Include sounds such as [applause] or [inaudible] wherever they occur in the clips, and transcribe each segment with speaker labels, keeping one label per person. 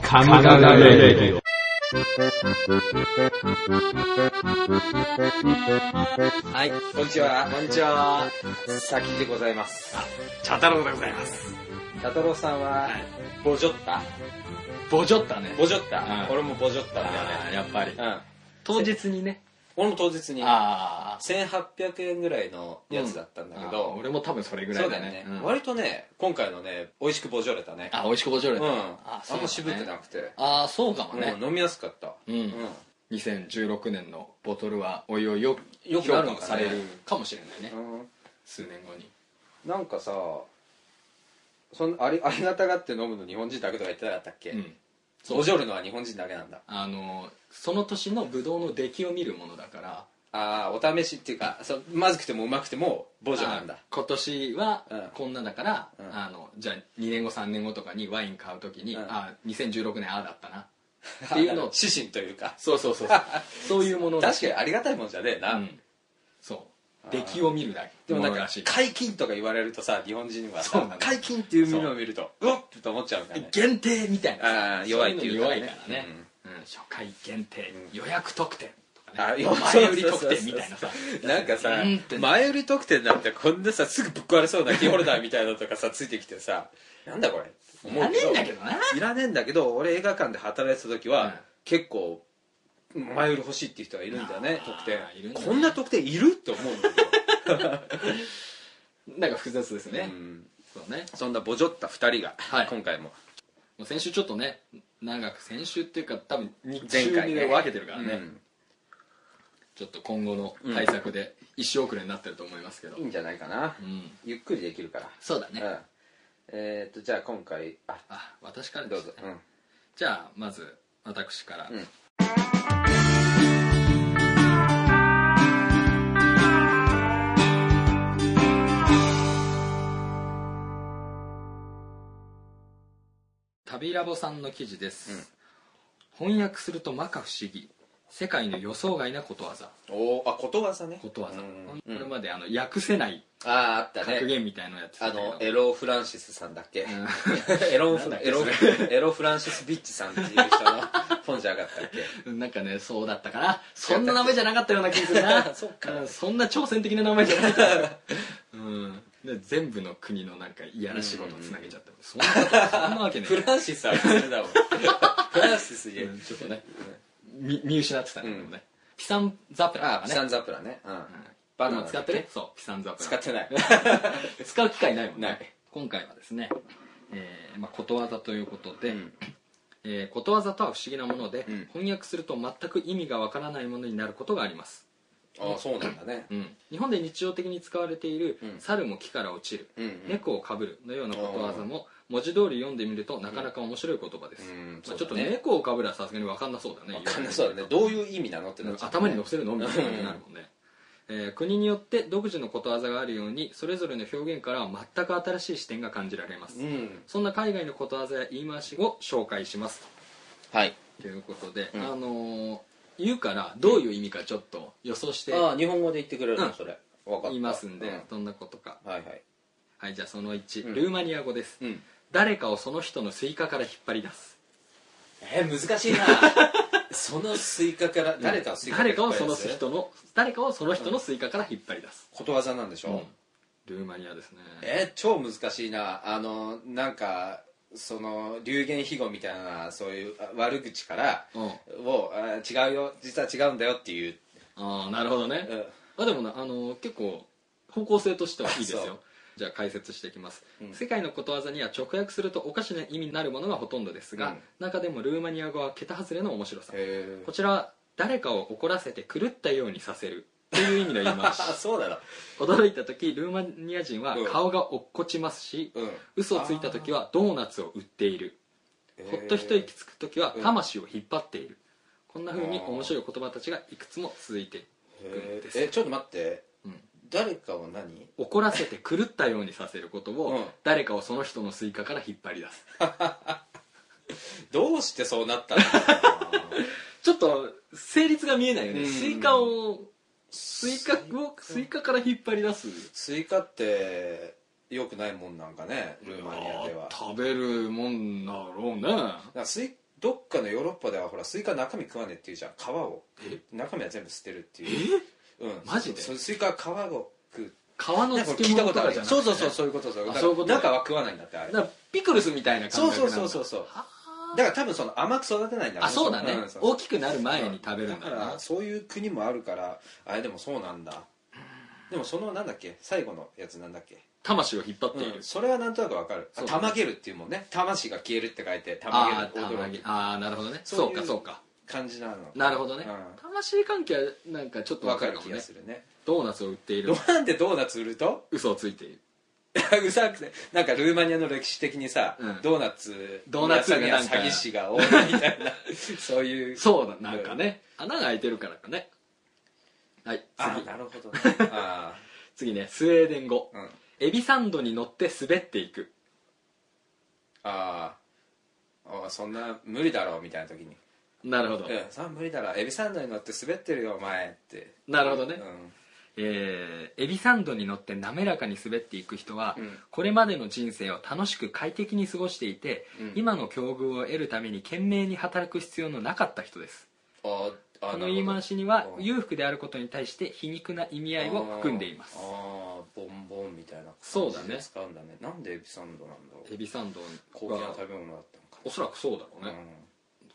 Speaker 1: 神々レディオ。
Speaker 2: はい、こんにちは。こんにちは。さきでございます。
Speaker 3: チャタロウでございます。
Speaker 2: タタロウさんは、ボジョッタ
Speaker 3: ボジョッタね。
Speaker 2: ボジョッタ、
Speaker 3: うん
Speaker 2: 俺もボジョッタだよ
Speaker 3: あーやっぱり。
Speaker 2: ね。
Speaker 3: 当日にね。
Speaker 2: うん。俺も当日に、
Speaker 3: あ
Speaker 2: 1800円ぐらいのやつだったんだ
Speaker 3: だ
Speaker 2: け
Speaker 3: け
Speaker 2: ど、
Speaker 3: ど、俺も多分それぐら
Speaker 2: そ
Speaker 3: いう
Speaker 2: だ
Speaker 3: だ
Speaker 2: よ
Speaker 3: ね
Speaker 2: ね、。
Speaker 3: うん
Speaker 2: 割とね、今回のね、美味しくボジョレたね。
Speaker 3: あ、美味しくボジョレ
Speaker 2: うん。
Speaker 3: だ。
Speaker 2: あ
Speaker 3: そうんだね
Speaker 2: ま渋ってなくて。
Speaker 3: あー、そうかもね
Speaker 2: う。ん飲みやすかった。
Speaker 3: うん2016年のボトルは、おいおいよ、
Speaker 2: よく
Speaker 3: 評
Speaker 2: あるの
Speaker 3: 価
Speaker 2: かね
Speaker 3: されるかもしれないね
Speaker 2: う。ん。
Speaker 3: 数年後に。
Speaker 2: なんかさ、そんありありがたがって飲むの日本人だけとか言ってなかったっけ、
Speaker 3: うん。そう
Speaker 2: ボジョルのは日本人だけなんだ。
Speaker 3: あの、その年のブドウの出来を見るものだから、
Speaker 2: ああお試しっていうかそうまずくてもうまくてもボジョなんだ
Speaker 3: あ今年は
Speaker 2: うん
Speaker 3: こんなだから、
Speaker 2: うん
Speaker 3: あのじゃあ2年後3年後とかにワイン買う時に、
Speaker 2: うん
Speaker 3: あ2016年あ [laughs] あだったなっていうのを
Speaker 2: 指針というか
Speaker 3: そうそうそうそう [laughs] そういうもの
Speaker 2: 確かにありがたいもんじゃねえな、
Speaker 3: うんそう出来を見るだけ
Speaker 2: でもなん
Speaker 3: もの
Speaker 2: から
Speaker 3: しい
Speaker 2: 解禁とか言われるとさ日本人は
Speaker 3: そうな
Speaker 2: さ
Speaker 3: んだ
Speaker 2: 解禁っていうのを見るとうおっと思っちゃうからね
Speaker 3: 限定みたいなさ
Speaker 2: あー弱いっていうか
Speaker 3: そ
Speaker 2: ね
Speaker 3: うの弱いからね、うん初回限定、
Speaker 2: うん
Speaker 3: 予約特典と
Speaker 2: あ
Speaker 3: かね
Speaker 2: よ
Speaker 3: 前売り特典みたいなさ
Speaker 2: なんかさ
Speaker 3: うんって
Speaker 2: 前売り特典なんてこんなさすぐぶっ壊れそうなキーホルダーみたいなのとかさついてきてさなんだこれ思
Speaker 3: や
Speaker 2: う
Speaker 3: ねえんだけどない
Speaker 2: らねえんだけど俺映画館で働いてた時は、
Speaker 3: うん
Speaker 2: 結構前売り欲しいっていう人がいるんだよね
Speaker 3: あー
Speaker 2: 特典
Speaker 3: いるんだね
Speaker 2: こんな特典いるって思うんだ
Speaker 3: [laughs]
Speaker 2: けど、
Speaker 3: なんか複雑です
Speaker 2: う
Speaker 3: ね、
Speaker 2: ん
Speaker 3: そうね
Speaker 2: そんなボジョった2人が、
Speaker 3: はい
Speaker 2: 今回も
Speaker 3: もう先週ちょっとね長く先週っていうか多分日
Speaker 2: 前
Speaker 3: 中
Speaker 2: 回
Speaker 3: に
Speaker 2: ね
Speaker 3: 分けてるからね、
Speaker 2: うん
Speaker 3: ちょっと今後の対策で一周遅れになってると思いますけど、
Speaker 2: いいんじゃないかな、
Speaker 3: うん
Speaker 2: ゆっくりできるから、
Speaker 3: そうだ
Speaker 2: うんえー、っとじゃあ今回あ
Speaker 3: あ私からで
Speaker 2: どう
Speaker 3: す、
Speaker 2: ぞう
Speaker 3: ね、、
Speaker 2: ん
Speaker 3: じゃあまず私から、
Speaker 2: うん
Speaker 3: 旅ラボさんの記事です、翻訳すると摩訶不思議世界の予想外なことわざ
Speaker 2: おーあことわざね
Speaker 3: ことわざ、
Speaker 2: うん
Speaker 3: これまであの訳せない
Speaker 2: あああったね
Speaker 3: 格言みたいのやって
Speaker 2: あ
Speaker 3: たけど、
Speaker 2: のエロー・フランシスさんだっけ、
Speaker 3: う
Speaker 2: [laughs]
Speaker 3: ん
Speaker 2: エロフ
Speaker 3: なんだっけ
Speaker 2: エロ [laughs] エロフランシス・ビッチさんっていう人の本じゃなかったっけ
Speaker 3: [laughs] [laughs] なんかねそうだったかな [laughs] そんな名前じゃなかったような気がするな
Speaker 2: そっか
Speaker 3: うんそんな挑戦的な名前じゃないと思ううんで全部の国のなんかいやらしいことをつなげちゃってそんなことそんなわけね
Speaker 2: フランシスは普通だもんフランシス [laughs]
Speaker 3: え
Speaker 2: 家
Speaker 3: うんちょっとねみ見失ってたね、でもねピサンザプラ
Speaker 2: あ
Speaker 3: が
Speaker 2: ピ
Speaker 3: ね
Speaker 2: サンザプラねうんバナナ
Speaker 3: 今使ってるそうピサンザプラ
Speaker 2: 使ってない
Speaker 3: 使う機会ないもんね
Speaker 2: ない
Speaker 3: 今回はですね、えーまあ、ことわざということで、
Speaker 2: うん
Speaker 3: えーことわざとは不思議なもので、
Speaker 2: うん
Speaker 3: 翻訳すると全く意味がわからないものになることがあります
Speaker 2: ああそうなんだね
Speaker 3: うん、日本で日常的に使われている
Speaker 2: うん
Speaker 3: 「猿も木から落ちる」
Speaker 2: うんうん
Speaker 3: 猫をかぶる」のようなことわざも文字通り読んでみるとなかなか面白い言葉です、
Speaker 2: うん
Speaker 3: ま
Speaker 2: そ
Speaker 3: あ、
Speaker 2: うだね
Speaker 3: ちょっと猫をかぶるはさすがに分かんなそうだね
Speaker 2: わかんないそうだねどういう意味なのって
Speaker 3: う
Speaker 2: なっ
Speaker 3: ん
Speaker 2: ちゃう
Speaker 3: 頭に乗せるのみたいになるもんね、えー国によって独自のことわざがあるようにそれぞれの表現からは全く新しい視点が感じられます、
Speaker 2: うん
Speaker 3: そんな海外のことわざや言い回しを紹介します
Speaker 2: はい
Speaker 3: ということで、
Speaker 2: うん
Speaker 3: あのー言うからどういう意味かちょっと予想して
Speaker 2: ああ日本語で言ってくれる
Speaker 3: う
Speaker 2: の
Speaker 3: ん
Speaker 2: それわかった
Speaker 3: 言いますんで、
Speaker 2: うん
Speaker 3: どんなことか
Speaker 2: はいはい
Speaker 3: はいじゃあその1、
Speaker 2: うん
Speaker 3: ルーマニア語です、
Speaker 2: うん
Speaker 3: 誰かをその人のスイカから引っ張り出す
Speaker 2: えー難しいな [laughs] そのスイカから誰かをスイカから
Speaker 3: 誰かをその
Speaker 2: 引っ張り出す
Speaker 3: 人の誰かをその人のスイカから引っ張り出す、
Speaker 2: ことわざなんでしょ
Speaker 3: うんルーマニアですね
Speaker 2: えー超難しいなあのなんかその流言飛語みたいなそういうあ悪口から
Speaker 3: うん
Speaker 2: をあ違うよ実は違うんだよっていう、
Speaker 3: ああなるほどね、
Speaker 2: うん
Speaker 3: あでもなあの結構方向性としてはいいです
Speaker 2: あそう
Speaker 3: よじゃあ解説していきます、
Speaker 2: うん
Speaker 3: 世界のことわざには直訳するとおかしな意味になるものがほとんどですが、
Speaker 2: うん
Speaker 3: 中でもルーマニア語は桁外れの面白さ
Speaker 2: へー
Speaker 3: こちらは誰かを怒らせて狂ったようにさせるという意味の言い回し
Speaker 2: あ [laughs] そうだろ
Speaker 3: 驚いた時ルーマニア人は顔が落っこちますし、
Speaker 2: うん
Speaker 3: 嘘をついた時はドーナツを売っているほっと一息つく時は魂を引っ張っている、こんな風に面白い言葉たちがいくつも続いてい
Speaker 2: へ
Speaker 3: くんです
Speaker 2: ーえちょっと待って
Speaker 3: うん
Speaker 2: 誰かを何
Speaker 3: 怒らせて狂ったようにさせることを、
Speaker 2: うん
Speaker 3: 誰かをその人のスイカから引っ張り出す
Speaker 2: どうしてそうな
Speaker 3: [laughs]
Speaker 2: ったの
Speaker 3: ちょっと成立が見えないよね、
Speaker 2: うん
Speaker 3: スイカをスイカをスイカから引っ張り出す
Speaker 2: スイカってよくないもんなんかねルーマニアではだか
Speaker 3: 食べるもんだろうね
Speaker 2: らスイどっかのヨーロッパではほらスイカ中身食わねえっていうじゃん皮を
Speaker 3: え
Speaker 2: 中身は全部捨てるって
Speaker 3: え
Speaker 2: いう、うん、
Speaker 3: マジで
Speaker 2: そうそうスイカは皮を食う
Speaker 3: 皮の
Speaker 2: なんか
Speaker 3: 漬
Speaker 2: 聞いた
Speaker 3: 物
Speaker 2: こと
Speaker 3: と
Speaker 2: あ
Speaker 3: か
Speaker 2: る
Speaker 3: じゃなくて
Speaker 2: そうそうそう
Speaker 3: う
Speaker 2: そういうことそういう
Speaker 3: あそういうことね
Speaker 2: 中は食わないんだってあれだか
Speaker 3: ピクルスみたいな感覚なんだ
Speaker 2: そうそうそうそう
Speaker 3: はあ
Speaker 2: ら多分その甘く育てないんだろ
Speaker 3: あそうだね
Speaker 2: んそう
Speaker 3: 大きくなる前に食べるんだ
Speaker 2: だ
Speaker 3: よ
Speaker 2: か
Speaker 3: な
Speaker 2: らそういう国もあるからあれでもそうなんだでもそのなんだっけ最後のやつなんだっけ、
Speaker 3: 魂を引っ張っている
Speaker 2: うんそれはなんとなくわかる
Speaker 3: そう
Speaker 2: たまげるっていうもんね魂が消えるって書いてたま
Speaker 3: ああ
Speaker 2: げる
Speaker 3: 玉
Speaker 2: 驚
Speaker 3: 木
Speaker 2: き
Speaker 3: ああなるほどね
Speaker 2: そ
Speaker 3: そうう
Speaker 2: いう
Speaker 3: かそうか
Speaker 2: 感じなの
Speaker 3: なるほどね
Speaker 2: うん
Speaker 3: 魂関係はなんかちょっと
Speaker 2: わ
Speaker 3: 分
Speaker 2: か
Speaker 3: か
Speaker 2: る
Speaker 3: るか
Speaker 2: 気
Speaker 3: も
Speaker 2: が
Speaker 3: ね
Speaker 2: するね
Speaker 3: ドーナツを売っている
Speaker 2: ロマンでドーナツ売ると [laughs]
Speaker 3: 嘘をついている
Speaker 2: うさくてなんかルーマニアの歴史的にさ、
Speaker 3: うん
Speaker 2: ドーナツ
Speaker 3: ドーナツが
Speaker 2: 屋さんには
Speaker 3: なんか
Speaker 2: 詐欺師が多いみたい
Speaker 3: [laughs]
Speaker 2: なそういう
Speaker 3: そうだなんかね穴が開いてるからかねはい
Speaker 2: あ
Speaker 3: 次
Speaker 2: なるほどねあ
Speaker 3: 次ねスウェーデン語
Speaker 2: ー、うん、あ
Speaker 3: エビサンドに乗って滑っていく
Speaker 2: あーあそんな無理だろうみたいな時に
Speaker 3: なるほ
Speaker 2: 「
Speaker 3: ど
Speaker 2: うんさあ無理だろエビサンドに乗って滑ってるよお前」って
Speaker 3: なるほどね
Speaker 2: うん
Speaker 3: えーエビサンドに乗って滑らかに滑っていく人は、
Speaker 2: うん
Speaker 3: これまでの人生を楽しく快適に過ごしていて、
Speaker 2: うん
Speaker 3: 今の境遇を得るために懸命に働く必要のなかった人です
Speaker 2: あーあーな
Speaker 3: この
Speaker 2: る
Speaker 3: 言い
Speaker 2: ほ
Speaker 3: 回
Speaker 2: ど
Speaker 3: しには
Speaker 2: うん
Speaker 3: 裕福であることに対して皮肉な意味合いを含んでいます
Speaker 2: あーあーボンボンみたいな
Speaker 3: そ
Speaker 2: 感
Speaker 3: うだ
Speaker 2: じ
Speaker 3: ね
Speaker 2: で使うんだねなんでエビサンドなんだろう
Speaker 3: エビサンド
Speaker 2: 高級な
Speaker 3: が
Speaker 2: 食べ物だったのか
Speaker 3: おそらくそうだろうね、
Speaker 2: うん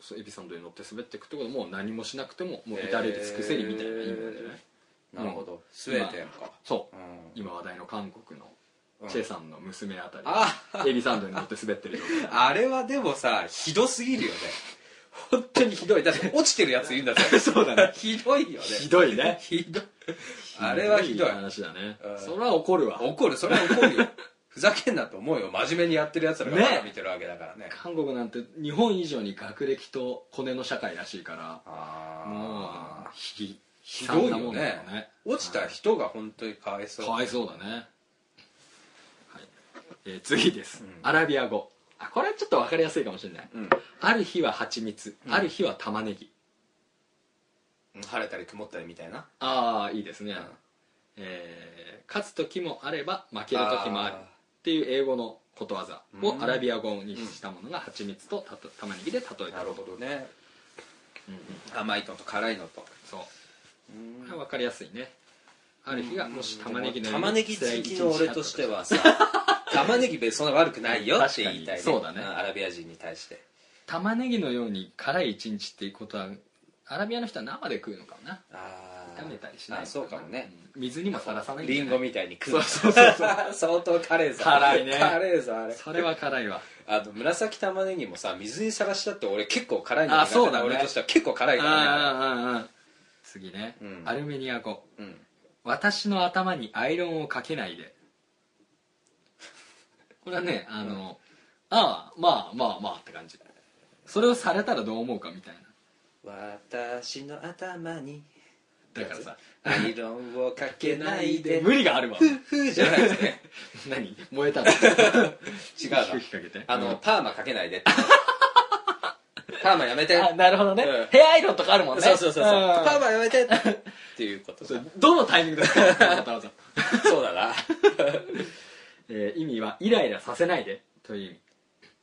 Speaker 3: そうエビサンドに乗って滑っていくってことはもう何もしなくてももう至れり尽くせりみたいな意味なんじゃない、
Speaker 2: なるほど、スウェーデンか、
Speaker 3: そう
Speaker 2: う
Speaker 3: 今話題の韓国の
Speaker 2: ん
Speaker 3: チェさんの娘あたり、
Speaker 2: あ
Speaker 3: エビサンドに乗って滑ってる状態
Speaker 2: あれはでもさひどすぎるよね本当にひどいだ [laughs] って落ちてるやついるんだ [laughs] ぜ
Speaker 3: そうだね
Speaker 2: ひどいよね
Speaker 3: [laughs] ひどいね
Speaker 2: ひどいあれはひどい
Speaker 3: 話だね
Speaker 2: うん
Speaker 3: それは怒るわ
Speaker 2: 怒るそれは怒るよふざけんなと思うよ真面目にやってるやつらが
Speaker 3: ね
Speaker 2: まだ見てるわけだからね
Speaker 3: 韓国なんて日本以上に学歴とコネの社会らしいか
Speaker 2: あ
Speaker 3: ら
Speaker 2: ー
Speaker 3: もうひ
Speaker 2: ひどい
Speaker 3: 悲惨な
Speaker 2: よ
Speaker 3: もんだ
Speaker 2: ね
Speaker 3: よね
Speaker 2: 落ちた人が本当にかわいそう
Speaker 3: かわいそうだね、はいえー次です、
Speaker 2: うん
Speaker 3: アラビア語あこれはちょっと分かりやすいかもしれない
Speaker 2: うん
Speaker 3: ある日は蜂蜜、
Speaker 2: うん
Speaker 3: ある日は玉ねぎ
Speaker 2: 晴れたり曇ったりみたいな
Speaker 3: ああいいですね、
Speaker 2: ん
Speaker 3: えー勝つ時もあれば負ける時もあるっていう英語のことわざを
Speaker 2: うん
Speaker 3: アラビア語にしたものが蜂蜜とたた玉ねぎで例え
Speaker 2: あー
Speaker 3: た
Speaker 2: なる
Speaker 3: ろ
Speaker 2: ほどね
Speaker 3: うんうん
Speaker 2: 甘いのと辛いのと
Speaker 3: そう
Speaker 2: うん
Speaker 3: 分かりやすいねある日はもし玉ねぎのように
Speaker 2: 玉ねぎ好きの俺として [laughs] はさ玉ねぎ別にそんな悪くないよって言いたい、
Speaker 3: 確かにそうだね
Speaker 2: んアラビア人に対して
Speaker 3: 玉ねぎのように辛い一日っていうことはアラビアの人は生で食うのかもな
Speaker 2: ああ
Speaker 3: 炒めたりしない
Speaker 2: あそうかもね、
Speaker 3: うん水にもさらさないんじ
Speaker 2: リ
Speaker 3: ゃ
Speaker 2: ン
Speaker 3: ない
Speaker 2: ゴみた [laughs] いに食う
Speaker 3: そうそう
Speaker 2: [laughs]
Speaker 3: そう
Speaker 2: 相当カレーさ
Speaker 3: 辛いね
Speaker 2: カレーさあれ
Speaker 3: それは辛いわ
Speaker 2: あの紫玉ねぎもさ水にさらしたって俺結構辛いの
Speaker 3: あそうだね
Speaker 2: 俺としては結構辛いからね
Speaker 3: ああ次ね、
Speaker 2: うん
Speaker 3: アルメニア語
Speaker 2: うん
Speaker 3: 私の頭にアイロンをかけないで [laughs] これはねあの、ああまあまあまあって感じそれをされたらどう思うかみたい
Speaker 2: 私の頭に
Speaker 3: なだからさ
Speaker 2: アイロンをかけないで
Speaker 3: 無理があるわ [laughs]
Speaker 2: ふうじゃないですね
Speaker 3: 何燃え [laughs] たの
Speaker 2: 違うな
Speaker 3: 火吹きかけて
Speaker 2: あの、
Speaker 3: うん
Speaker 2: パーマかけないでってパーマやめて
Speaker 3: あなるほどね、
Speaker 2: うん
Speaker 3: ヘアアイロンとかあるもんね
Speaker 2: そうそうそうそう
Speaker 3: うん
Speaker 2: パーマやめてっていうこと
Speaker 3: そ
Speaker 2: そう
Speaker 3: どのタイミングですかわざわざ
Speaker 2: うだな
Speaker 3: [laughs] えー意味はイライラさせないでという意味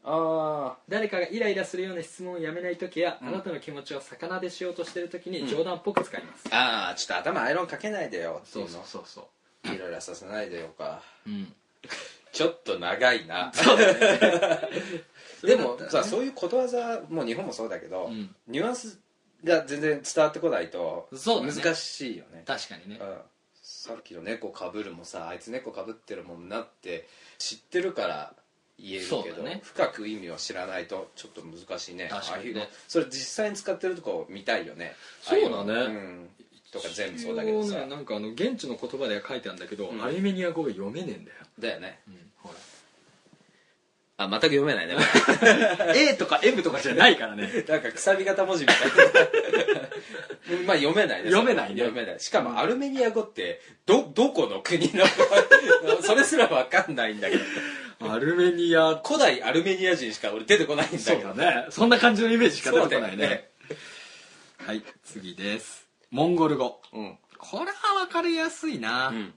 Speaker 2: あ
Speaker 3: 誰かがイライラするような質問をやめない時や、
Speaker 2: うん
Speaker 3: あなたの気持ちを逆なでしようとしてる時
Speaker 2: うん
Speaker 3: に冗談っぽく使います、
Speaker 2: あーちょっと頭アイロンかけないでよっていうの
Speaker 3: そうそ
Speaker 2: イライラさせないでよか
Speaker 3: う、うん、
Speaker 2: ちょっと長いなで [laughs]
Speaker 3: でも
Speaker 2: もさそういうことわざもう日本もそうだけど、
Speaker 3: うん
Speaker 2: ニュアンスが全然伝わってこないと
Speaker 3: そうだね
Speaker 2: 難しいよね
Speaker 3: 確かにね
Speaker 2: うんさっきの猫かぶるもさあいつ猫かぶってるもんなって知ってるから言える
Speaker 3: そう
Speaker 2: け
Speaker 3: だ
Speaker 2: ど、
Speaker 3: ね
Speaker 2: 深く意味を知らないとちょっと難しいね
Speaker 3: 確かに
Speaker 2: ああ
Speaker 3: ね
Speaker 2: いうのそれ実際に使ってるとこ見たいよね
Speaker 3: そうだね
Speaker 2: ああいうのんとか全部そうだけど
Speaker 3: 一
Speaker 2: さ、
Speaker 3: 応ねなんかあの現地の言葉では書いてあるんだけど、
Speaker 2: うん
Speaker 3: アルメニア語が読めねえんだよ、
Speaker 2: だよね
Speaker 3: ほ
Speaker 2: あ全く読めないね
Speaker 3: ら A とか M とかじゃないからね
Speaker 2: [laughs] なんかくさび型文字みたいなまあ読めない [laughs] ね
Speaker 3: 読めないね
Speaker 2: 読めないしかもアルメニア語ってどどこの国の [laughs] それすら分かんないんだけど
Speaker 3: アルメニア
Speaker 2: 古代アルメニア人しか俺出てこないんだけど
Speaker 3: そうだねそんな感じのイメージしか出てこない
Speaker 2: そうだよ
Speaker 3: ね
Speaker 2: ね
Speaker 3: はい次ですモンゴル語
Speaker 2: うん
Speaker 3: これは分かりやすいな、
Speaker 2: ん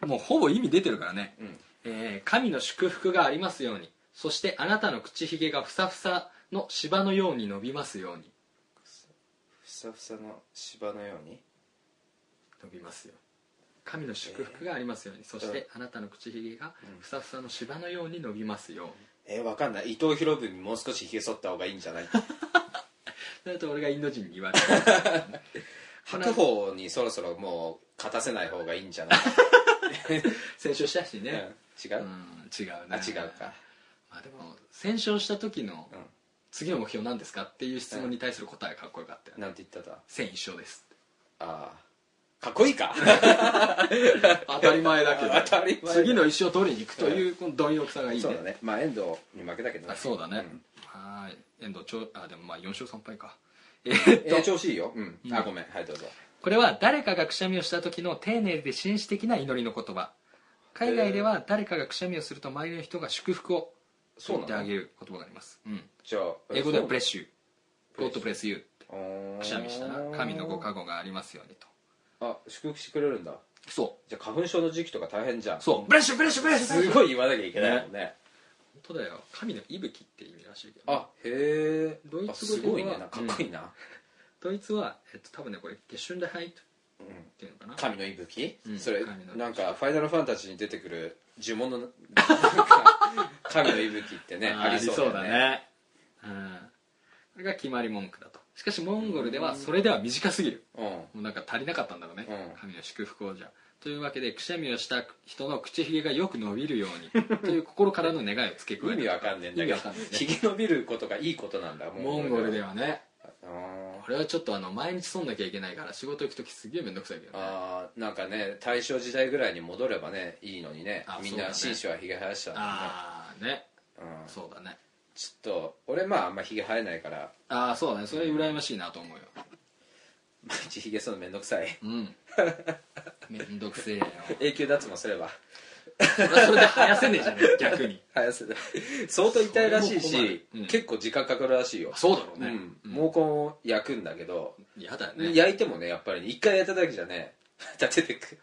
Speaker 3: もうほぼ意味出てるからね、
Speaker 2: うん
Speaker 3: えー神の祝福がありますようにそしてあなたの口ひげがふさふさの芝のように伸びますように
Speaker 2: ふさふさの芝のように
Speaker 3: 伸びますよ神の祝福がありますように、そしてあなたの口ひげが
Speaker 2: うん
Speaker 3: ふさふさの芝のように伸びますように、
Speaker 2: えー、わかんない伊藤博文もう少しひげ剃った方がいいんじゃない
Speaker 3: [laughs] それと俺がインド人に言わ [laughs] れた
Speaker 2: 白鵬にそろそろもう勝たせない方がいいんじゃない、
Speaker 3: 戦勝したし
Speaker 2: うん、
Speaker 3: ね、
Speaker 2: 違う、
Speaker 3: うん違う
Speaker 2: あ
Speaker 3: ね
Speaker 2: 違うか、
Speaker 3: まあでも戦勝した時の
Speaker 2: う
Speaker 3: 次の目標何ですかっていう質問に対する答えがかっこよかったよ
Speaker 2: ん、
Speaker 3: ね
Speaker 2: なんて言っただ
Speaker 3: 戦一勝です
Speaker 2: ああかっこいいか
Speaker 3: [laughs] [laughs] 当たり前だけど
Speaker 2: 当たり前だ
Speaker 3: 次の石を取りに行くというこの貪欲さがいいね
Speaker 2: そうだねまあ遠藤に負けたけど
Speaker 3: あそうだね、
Speaker 2: ん
Speaker 3: はい遠藤ちょあでもまあ4勝3敗かえーっ
Speaker 2: え
Speaker 3: と、
Speaker 2: ー調子いいよ、うん
Speaker 3: うん
Speaker 2: あごめんはいどうぞ
Speaker 3: これは誰かがくしゃみをした時の丁寧で紳士的な祈りの言葉海外では誰かがくしゃみをすると周りの人が祝福を
Speaker 2: そう
Speaker 3: 言
Speaker 2: な
Speaker 3: ってあ
Speaker 2: の
Speaker 3: げる言葉があります、うん、
Speaker 2: じゃあ
Speaker 3: 英語では「
Speaker 2: レ
Speaker 3: bless you」「God bless you」く
Speaker 2: く
Speaker 3: しゃみしたら神のご加護がありますようにと
Speaker 2: あ祝福してくれるんだ
Speaker 3: そ
Speaker 2: じゃあ花粉症の時期とか大変じゃん
Speaker 3: うそう「ブレッシュブレッシュブレッシュ」
Speaker 2: す
Speaker 3: い
Speaker 2: ごい言わなきゃいけないもんね
Speaker 3: 本当だよ神の息吹って意味らしいけど
Speaker 2: あへえ
Speaker 3: ドイツ語では
Speaker 2: すごいねなんかかっこいいな、
Speaker 3: ドイツは、えっと、多分ねこれ「月春で入っ
Speaker 2: うん
Speaker 3: ていうのかな
Speaker 2: 神の息吹、
Speaker 3: うん
Speaker 2: それ
Speaker 3: 神の息吹
Speaker 2: なんか「ファイナルファンタジー」に出てくる呪文の
Speaker 3: [laughs]
Speaker 2: なんか神の息吹ってねありそうだよね
Speaker 3: ねうんこれが決まり文句だとしかしモンゴルではそれでは短すぎるもうなんか足りなかったんだろうね、
Speaker 2: うん
Speaker 3: 神の祝福をじゃというわけでくしゃみをした人の口ひげがよく伸びるようにという心からの願いを付け
Speaker 2: うん
Speaker 3: 加え
Speaker 2: 意
Speaker 3: た
Speaker 2: 味わかんねえんだけ
Speaker 3: 意味
Speaker 2: ど
Speaker 3: わかんねえ
Speaker 2: ひげ伸びることがいいことなんだ
Speaker 3: モンゴルで
Speaker 2: は
Speaker 3: はね
Speaker 2: あー
Speaker 3: 俺はちょっとあの毎日損なきゃいけないから仕事行く時すげえ面倒くさいけどね
Speaker 2: あーなんかね大正時代ぐらいに戻ればねいいのにね
Speaker 3: あ
Speaker 2: みん
Speaker 3: そうだ
Speaker 2: な
Speaker 3: ね
Speaker 2: 紳士はひげ生やしたんだ
Speaker 3: ああね
Speaker 2: けどね、うん、ちょ
Speaker 3: そうだね
Speaker 2: っと俺まああんまひげ生えないから [laughs]
Speaker 3: ああそうだねそれ羨ましいなと思うよ
Speaker 2: 毎日ひげ剃るのめんどくさい
Speaker 3: うん
Speaker 2: [laughs]
Speaker 3: めんどくせえよ
Speaker 2: 永久脱毛すれば
Speaker 3: それはそれで生やせねえじゃねえ逆に
Speaker 2: 早すぎる相当痛いらしい
Speaker 3: それも困
Speaker 2: し
Speaker 3: る、うん
Speaker 2: 結構時間かかるらしいよ、
Speaker 3: そうだろう
Speaker 2: う
Speaker 3: ね
Speaker 2: ん、毛根を焼くんだけど、
Speaker 3: やだよね
Speaker 2: 焼いてもねやっぱりね一回焼いただけじゃね [laughs] 立ててく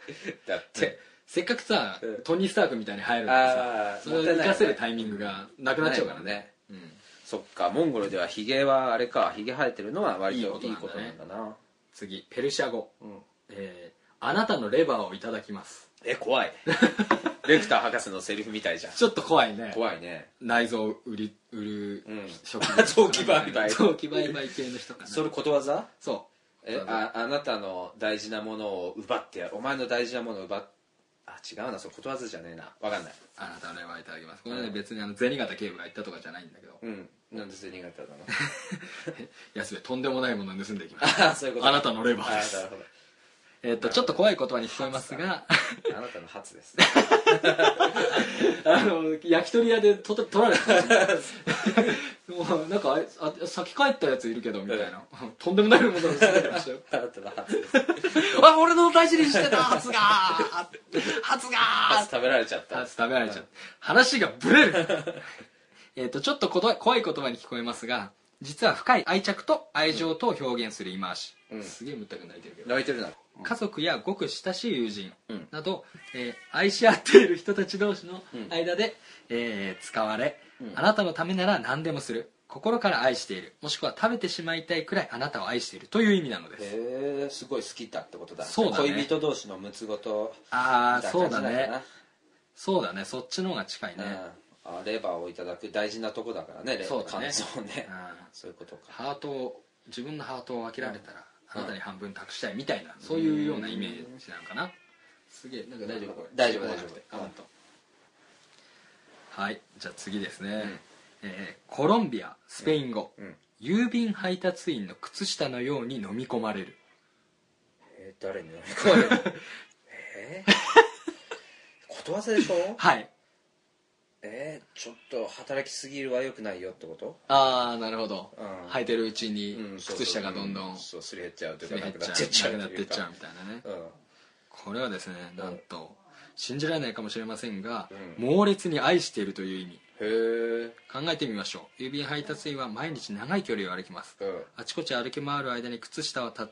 Speaker 2: だって、
Speaker 3: せっかくさ
Speaker 2: うん
Speaker 3: トニー・スタークみたいに入るのにさ
Speaker 2: あー
Speaker 3: それを
Speaker 2: もったいな
Speaker 3: 生
Speaker 2: いよね
Speaker 3: かせるタイミングがなくなっちゃうから
Speaker 2: ないもん
Speaker 3: ね
Speaker 2: ね
Speaker 3: うん
Speaker 2: そっかモンゴルではひげはあれかひげ生えてるのは割とい
Speaker 3: い
Speaker 2: い
Speaker 3: い
Speaker 2: こ
Speaker 3: ことと
Speaker 2: な
Speaker 3: なん
Speaker 2: んだ
Speaker 3: だ
Speaker 2: な
Speaker 3: 次ペルシャ語
Speaker 2: うん
Speaker 3: えーあなたのレバーをいただきます
Speaker 2: え怖い [laughs] レクター博士のセリフみたいじゃん
Speaker 3: ちょっと怖いね
Speaker 2: 怖いね
Speaker 3: 内臓を売り売る
Speaker 2: うん
Speaker 3: 職業
Speaker 2: 臓器売
Speaker 3: [laughs]
Speaker 2: 買
Speaker 3: 臓器売買系の人かな
Speaker 2: それことわざ
Speaker 3: そう
Speaker 2: えああなたの大事なものを奪ってお前の大事なものを奪っあ違うなそれことわざじゃねえなわかんない
Speaker 3: あなたのレバーいただきますこれ
Speaker 2: う
Speaker 3: ね
Speaker 2: ん
Speaker 3: 別にあの銭形警部が言ったとかじゃないんだけど
Speaker 2: うんなんで銭形なの [laughs]
Speaker 3: 安部とんでもないものを盗んでいきます
Speaker 2: あそういうこと
Speaker 3: あなたのレバーで
Speaker 2: あな
Speaker 3: す
Speaker 2: るほど
Speaker 3: えっとちょっと怖い言葉に聞こえますが
Speaker 2: あなたの初です [laughs]
Speaker 3: あの焼き鳥屋でと取られた
Speaker 2: [laughs]
Speaker 3: もうなんかあれあ先帰ったやついるけどみたいな [laughs] とんでもないものを盗んでましたよ
Speaker 2: あなたの初です
Speaker 3: あ俺の大事にしてたハツがハツが
Speaker 2: 初食べられちゃった
Speaker 3: ハツ食べられちゃう話がブレるえっとちょっとこと怖い言葉に聞こえますが実は深い愛着と愛情とを表現する言い回し、
Speaker 2: うん
Speaker 3: すげえむったく泣いてるけど
Speaker 2: 泣いてるな
Speaker 3: 家族やごく親しい友人
Speaker 2: うん
Speaker 3: など、えー愛し合っている人たち同士の
Speaker 2: うん
Speaker 3: 間で、えー使われ、
Speaker 2: うん
Speaker 3: あなたのためなら何でもする心から愛しているもしくは食べてしまいたいくらいあなたを愛しているという意味なのです
Speaker 2: へえすごい好きだってことだ
Speaker 3: そうだね
Speaker 2: 恋人同士のムツゴと
Speaker 3: あ
Speaker 2: みた
Speaker 3: あ
Speaker 2: い
Speaker 3: そ
Speaker 2: な
Speaker 3: うだ
Speaker 2: 感じなのか
Speaker 3: ねそうだねそっちの方が近いね
Speaker 2: な、うんあレバーをいただく大事なとこだからねレ
Speaker 3: そうだね
Speaker 2: 感想をね
Speaker 3: うん
Speaker 2: そういうことか
Speaker 3: ハートを自分のハートを分けられたら、あなたに半分託したいみたいなそういうようなイメージなのかなすげえなんか大丈夫これ
Speaker 2: 大丈夫
Speaker 3: 大丈
Speaker 2: 大
Speaker 3: 夫
Speaker 2: 丈夫
Speaker 3: あ本当はいじゃあ次ですね、えーコロンビアスペイン語、
Speaker 2: うん
Speaker 3: 郵便配達員の靴下のように飲み込まれる
Speaker 2: えー誰に飲み込ま
Speaker 3: [laughs]
Speaker 2: れるえーことわざでしょ
Speaker 3: はい
Speaker 2: えーちょっと働きすぎるは良くないよってこと
Speaker 3: ああなるほど、
Speaker 2: うん
Speaker 3: 履いてるうちに
Speaker 2: うんそうそう
Speaker 3: 靴下がどんどん
Speaker 2: うそうすり減っちゃうという
Speaker 3: すり
Speaker 2: かな
Speaker 3: 減っ
Speaker 2: くな
Speaker 3: ち
Speaker 2: ってっ
Speaker 3: ゃ
Speaker 2: ちゃ
Speaker 3: う
Speaker 2: う
Speaker 3: なくなってっちゃう
Speaker 2: と
Speaker 3: みたいなね
Speaker 2: いうかうん
Speaker 3: これはですねなんと信じられないかもしれませんが、
Speaker 2: うん
Speaker 3: 猛烈に愛しているという意味
Speaker 2: へえ
Speaker 3: 考えてみましょう郵便配達員は毎日長い距離を歩きます
Speaker 2: うん
Speaker 3: あちこち歩き回る間に靴下をた、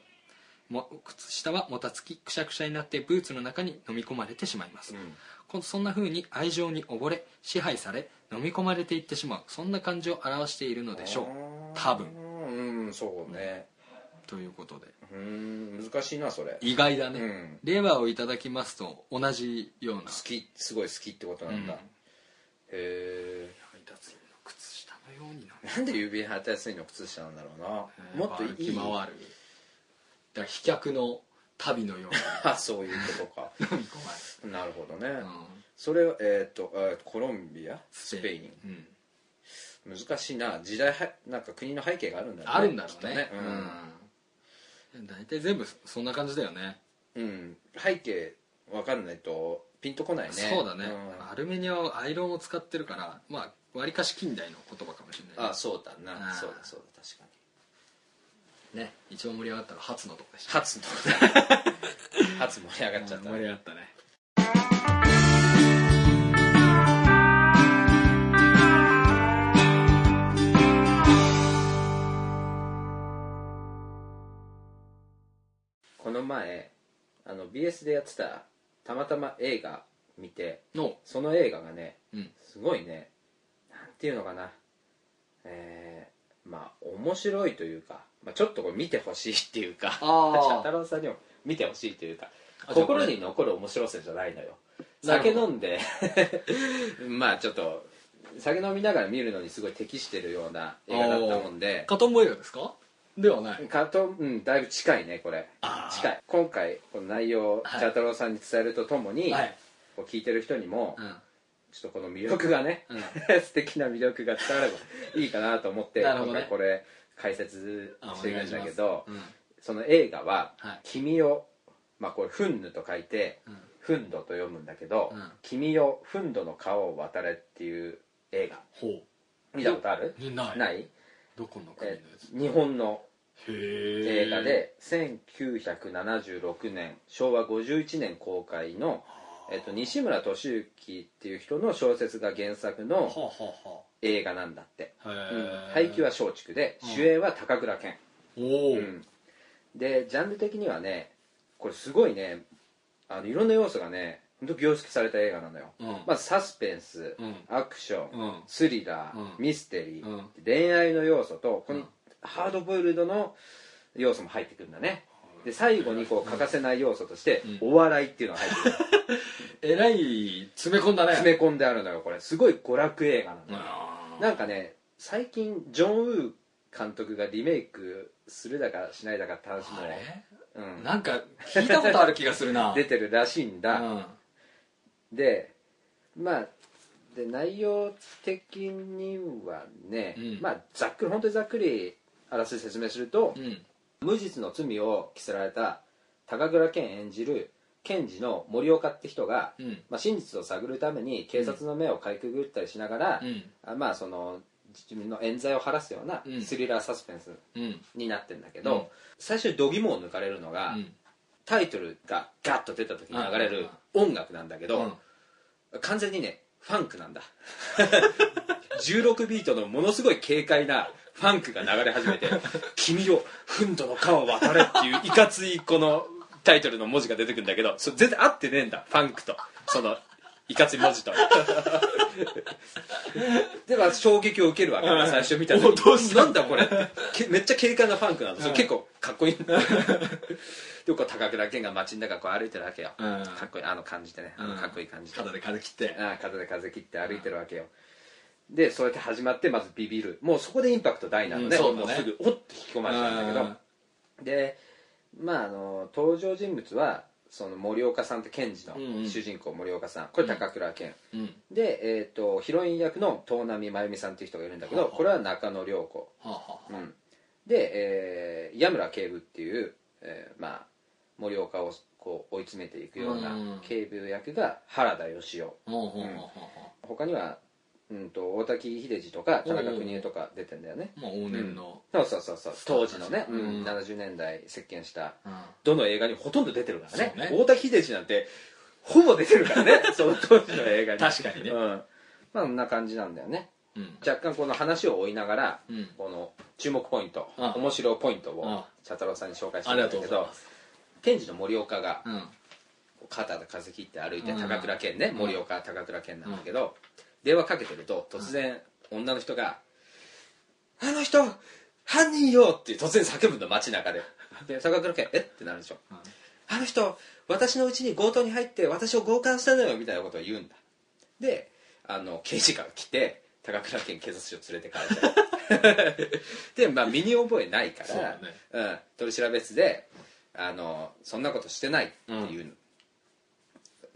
Speaker 3: も靴下はもたつきくしゃくしゃになってブーツの中に飲み込まれてしまいます、こそんな風に愛情に溺れ支配され飲み込まれていってしまうそんな感じを表しているのでしょう多分
Speaker 2: 分うんそうね
Speaker 3: ということで
Speaker 2: うん難しいなそれ
Speaker 3: 意外だね、
Speaker 2: うん
Speaker 3: レバーをいただきますと同じような
Speaker 2: 好きすごい好きってことなんだ、
Speaker 3: うん
Speaker 2: へえ
Speaker 3: 配達員の靴下のようにな
Speaker 2: なんで郵便配達員の靴下なんだろうなもっとい
Speaker 3: 歩き
Speaker 2: い
Speaker 3: 回るだから飛脚の旅のように
Speaker 2: あ [laughs] そういうことか
Speaker 3: 飲み込ま [laughs]
Speaker 2: なるほどね、
Speaker 3: れる、うん
Speaker 2: それえっ、とえーコロンビアスペイン
Speaker 3: うん
Speaker 2: 難しいな時代はなんか国の背景があるんだ
Speaker 3: あるんだろ
Speaker 2: きっ
Speaker 3: う
Speaker 2: と
Speaker 3: ねうん大体、全部そんな感じだよね
Speaker 2: うん、うん背景わかんないとピンとこないね
Speaker 3: そうだね、
Speaker 2: ん
Speaker 3: アルメニアはアイロンを使ってるからまあわりかし近代の言葉かもしれない
Speaker 2: あそうだな
Speaker 3: うん
Speaker 2: そうだそうだ確かに
Speaker 3: ね一応盛り上がったのは初のとこでした
Speaker 2: 初の
Speaker 3: [laughs]
Speaker 2: 初盛り上がっちゃった
Speaker 3: 盛り上がったね
Speaker 2: この前あの BS でやってたたまたま映画見て
Speaker 3: の
Speaker 2: その映画がね
Speaker 3: うん
Speaker 2: すごいねなんていうのかなえー、まあ面白いというか、まあ、ちょっとこれ見てほしいっていうか
Speaker 3: あー
Speaker 2: 私太郎さんにも見てほしいというか
Speaker 3: あじゃあこれ
Speaker 2: 心に残る面白さじゃないのよ
Speaker 3: なる
Speaker 2: 酒
Speaker 3: ほど
Speaker 2: 飲んで [laughs] まあちょっと酒飲みながら見るのにすごい適してるような映画だったもんで
Speaker 3: カトンボ映画ですかではない
Speaker 2: かとうんだいぶ近いねこれ
Speaker 3: あー
Speaker 2: 近い今回この内容を
Speaker 3: はい
Speaker 2: 茶太郎さんに伝えるとともに、
Speaker 3: はい、
Speaker 2: こう聞いてる人にも、
Speaker 3: うん
Speaker 2: ちょっとこの魅力がね、
Speaker 3: [laughs] うん
Speaker 2: [laughs] 素敵な魅力が伝わればいいかなと思って、
Speaker 3: なるほど
Speaker 2: 今
Speaker 3: ね
Speaker 2: 回これ解説
Speaker 3: あ
Speaker 2: していくんだけ
Speaker 3: お
Speaker 2: ど、
Speaker 3: 願いします
Speaker 2: その映画は「
Speaker 3: はい
Speaker 2: 君を」まあこれ「フンヌ」と書いて
Speaker 3: うん
Speaker 2: 「フンド」と読むんだけど「
Speaker 3: うん
Speaker 2: 君よフンドの川を渡れ」っていう映画
Speaker 3: ほ
Speaker 2: 見たことある
Speaker 3: う、ね、ない
Speaker 2: ない、
Speaker 3: どこの国のや
Speaker 2: え
Speaker 3: つ
Speaker 2: 日本の
Speaker 3: へえ
Speaker 2: 映画で1976年昭和51年公開の、えっと、西村敏行っていう人の小説が原作
Speaker 3: は
Speaker 2: の
Speaker 3: あは
Speaker 2: 映画なんだって、
Speaker 3: あはあ
Speaker 2: うん
Speaker 3: へえ
Speaker 2: 配給は松竹で
Speaker 3: うん
Speaker 2: 主演は高倉健、
Speaker 3: おお、
Speaker 2: うんでジャンル的にはねこれすごいねあのいろんな要素がねほんと凝縮された映画なのよ、
Speaker 3: うん
Speaker 2: まずサスペンス、
Speaker 3: うん
Speaker 2: アクション、
Speaker 3: うん
Speaker 2: スリラー、
Speaker 3: うん
Speaker 2: ミステリー、
Speaker 3: うん
Speaker 2: 恋愛の要素とこの、
Speaker 3: うん
Speaker 2: ハードボイルドの要素も入ってくるんだねで最後にこう欠かせない要素として、お笑いっていうのが入
Speaker 3: [laughs]
Speaker 2: ってくる
Speaker 3: えらい詰め込んだね
Speaker 2: 詰め込んであるのよこれすごい娯楽映画なのよ、
Speaker 3: あ
Speaker 2: なんかね最近ジョン・ウー監督がリメイクするだかしないだかって話も
Speaker 3: ーあ、れ
Speaker 2: うん、
Speaker 3: なんか聞いたことある気がする [laughs] な
Speaker 2: 出てるらしいん
Speaker 3: う
Speaker 2: だ、
Speaker 3: ん
Speaker 2: でまあで内容的にはね、
Speaker 3: うん
Speaker 2: まあざっくり本当にざっくりあらすじ説明すると
Speaker 3: う、ん
Speaker 2: 無実の罪を着せられた高倉健演じる検事の森岡って人が、
Speaker 3: うん
Speaker 2: まあ、真実を探るために警察の目をかいくぐったりしながら、
Speaker 3: うん
Speaker 2: あまあその自分の冤罪を晴らすような
Speaker 3: うん
Speaker 2: スリラーサスペンス
Speaker 3: うん
Speaker 2: になってんだけど、
Speaker 3: うん
Speaker 2: 最初に度肝を抜かれるのが、
Speaker 3: うん
Speaker 2: タイトルがガッと出た時に流れる音楽なんだけど、完全にねファンクなんだ [laughs] 16ビートのものすごい軽快なファンクが流れ始めて「君をフンドの川を渡れ」っていういかついこのタイトルの文字が出てくるんだけどそれ全然合ってねえんだファンクとそのいかつい文字とでまあ衝撃を受けるわけだ最初見た時
Speaker 3: おどうし
Speaker 2: になんだこれってけめっちゃ軽快なファンクなのそれ結構かっこいいんだでこう高倉健が街の中こう歩いてるわけよ
Speaker 3: うんうん
Speaker 2: かっこいいあの感じでねあのかっこいい感じで
Speaker 3: 肩で風切って
Speaker 2: ああ肩で風切って歩いてるわけよ、でそうやって始まってまずビビるもうそこでインパクト大なのね,、
Speaker 3: うんそうだ
Speaker 2: も
Speaker 3: ね
Speaker 2: うすぐおっと引き込まれちゃうんだけどでまああの登場人物はその森岡さんって検事の
Speaker 3: うんうん
Speaker 2: 主人公森岡さんこれ高倉健、
Speaker 3: うんうん
Speaker 2: で、えー、とヒロイン役の東波真由美さんっていう人がいるんだけど
Speaker 3: はあ
Speaker 2: これは中野涼子、
Speaker 3: はあはあ
Speaker 2: うん、で、えー、矢村警部っていう、えーまあ森岡をこう追い詰めていくような
Speaker 3: うん
Speaker 2: 警部役が原田義雄
Speaker 3: ほうほうほうほうほ
Speaker 2: 他には、うん、と大滝秀治とか田中邦衛とか出てんだよね
Speaker 3: うまあ往年の
Speaker 2: そうそうそうそう当時のね、う
Speaker 3: うん
Speaker 2: ん、70年代席巻した
Speaker 3: うん
Speaker 2: どの映画にもほとんど出てるからね
Speaker 3: そうね
Speaker 2: 大滝秀治なんてほぼ出てるから
Speaker 3: [laughs]
Speaker 2: ねその当時の映画に
Speaker 3: 確かにね
Speaker 2: うん、まあこんな感じなんだよね
Speaker 3: うん
Speaker 2: 若干この話を追いながら、
Speaker 3: うん
Speaker 2: この注目ポイント
Speaker 3: あ
Speaker 2: 面白ポイントを
Speaker 3: あ
Speaker 2: 茶太郎さんに紹介して
Speaker 3: あ
Speaker 2: る
Speaker 3: り
Speaker 2: んだ
Speaker 3: がとう
Speaker 2: け
Speaker 3: ござい
Speaker 2: ど
Speaker 3: ます
Speaker 2: 天智の森岡が
Speaker 3: うんうん
Speaker 2: こう肩で風切って歩いて
Speaker 3: うん
Speaker 2: 高倉健ね森岡高倉健なんだけど電話かけてると突然女の人が「あの人犯人よ!」って突然叫ぶの街中でで高倉健「えっ?」てなるでしょあの人私のうちに強盗に入って私を強姦したのよみたいなことを言うんだであの刑事官が来て高倉健警察署連れて帰った
Speaker 3: [laughs]
Speaker 2: でまあ身に覚えないか
Speaker 3: そうだ
Speaker 2: ら
Speaker 3: ね
Speaker 2: うん、取り調べ室であのそんなことしてないっていう、